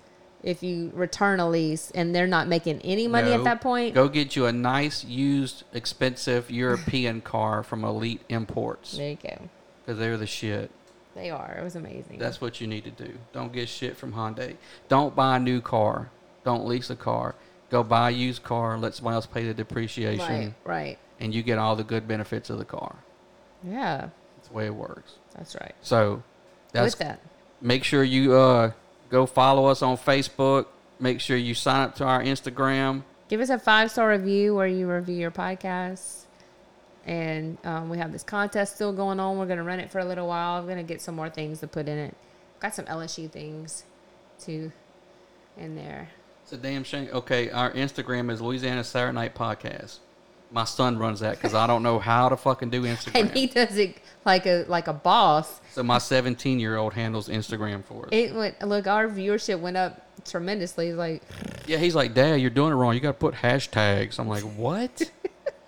Speaker 3: if you return a lease and they're not making any money
Speaker 2: No.
Speaker 3: at that point,
Speaker 2: Go get you a nice, used, expensive European car from Elite Imports
Speaker 3: there you go.
Speaker 2: because they're the shit.
Speaker 3: They are. It was amazing.
Speaker 2: That's what you need to do. Don't get shit from Hyundai. Don't buy a new car. Don't lease a car. Go buy a used car. Let somebody else pay the depreciation,
Speaker 3: right. Right.
Speaker 2: and you get all the good benefits of the car.
Speaker 3: Yeah.
Speaker 2: That's the way it works.
Speaker 3: That's right.
Speaker 2: So, that's
Speaker 3: With that.
Speaker 2: make sure you uh, go follow us on Facebook. Make sure you sign up to our Instagram.
Speaker 3: give us a five star review where you review your podcast. And um, we have this contest still going on. We're going to run it for a little while. I'm going to get some more things to put in it. Got some LSU things too in there. [LAUGHS]
Speaker 2: It's a damn shame. Okay, our Instagram is Louisiana Saturday Night Podcast. My son runs that because I don't know how to fucking
Speaker 3: [LAUGHS]
Speaker 2: do
Speaker 3: And
Speaker 2: Instagram.
Speaker 3: he does it like a like a boss.
Speaker 2: so my 17 year old handles Instagram for us.
Speaker 3: It went look our viewership went up tremendously. Like
Speaker 2: Yeah, he's like, Dad, you're doing it wrong. You gotta put hashtags. I'm like,
Speaker 3: [LAUGHS]
Speaker 2: what?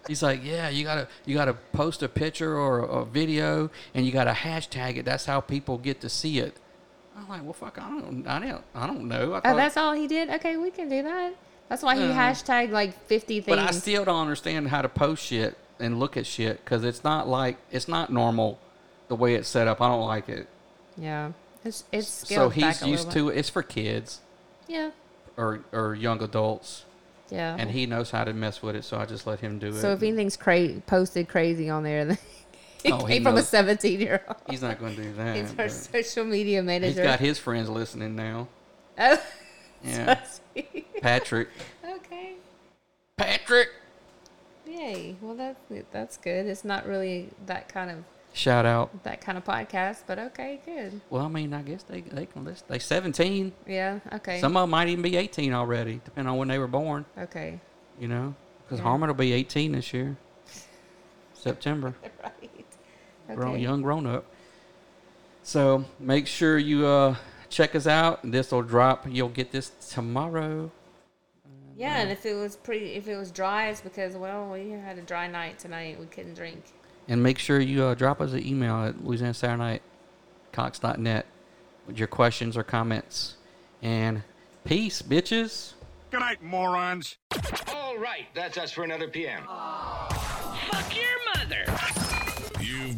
Speaker 2: he's like, Yeah, you gotta you gotta post a picture or a, a video and you gotta hashtag it. That's how people get to see it. I'm like, Well, fuck, I don't, I don't, I don't know. I
Speaker 3: oh,
Speaker 2: thought-
Speaker 3: that's all he did. Okay, we can do that. That's why he hashtagged like fifty things.
Speaker 2: Hmm. but I still don't understand how to post shit and look at shit because it's not like it's not normal the way it's set up. I don't like it.
Speaker 3: yeah, it's it's
Speaker 2: so
Speaker 3: scaled back
Speaker 2: he's
Speaker 3: a
Speaker 2: used to
Speaker 3: little
Speaker 2: it. It's for kids
Speaker 3: bit. yeah
Speaker 2: or or young adults,
Speaker 3: yeah.
Speaker 2: and he knows how to mess with it. So I just let him do it.
Speaker 3: So if anything's cra- posted crazy on there, [LAUGHS] then it
Speaker 2: Oh, he
Speaker 3: came from a
Speaker 2: knows.
Speaker 3: 17 year old.
Speaker 2: he's not going to do that.
Speaker 3: He's our
Speaker 2: but-
Speaker 3: social media [LAUGHS]
Speaker 2: He's
Speaker 3: manager.
Speaker 2: got his friends listening now.
Speaker 3: Oh, [LAUGHS]
Speaker 2: Yeah. Patrick.
Speaker 3: okay.
Speaker 2: Patrick.
Speaker 3: Yay. Well, that that's good. It's not really that kind of
Speaker 2: Shout out.
Speaker 3: that kind of podcast, but okay, good.
Speaker 2: Well, I mean, I guess they they can list. They seventeen.
Speaker 3: Yeah. Okay.
Speaker 2: Some of them might even be eighteen already, depending on when they were born.
Speaker 3: okay. [LAUGHS]
Speaker 2: You know, because Harmon will be eighteen this year, September.
Speaker 3: Right.
Speaker 2: grown, young grown up. So make sure you uh, check us out. This will drop. You'll get this tomorrow.
Speaker 3: Yeah, and if it was pretty, if it was dry, it's because well, we had a dry night tonight. We couldn't drink.
Speaker 2: And make sure you uh, drop us an email at Louisiana Saturday Night Cox.net with your questions or comments. And peace, bitches.
Speaker 10: Good night, morons.
Speaker 11: All right, that's us for another PM.
Speaker 12: Fuck your mother.
Speaker 5: You've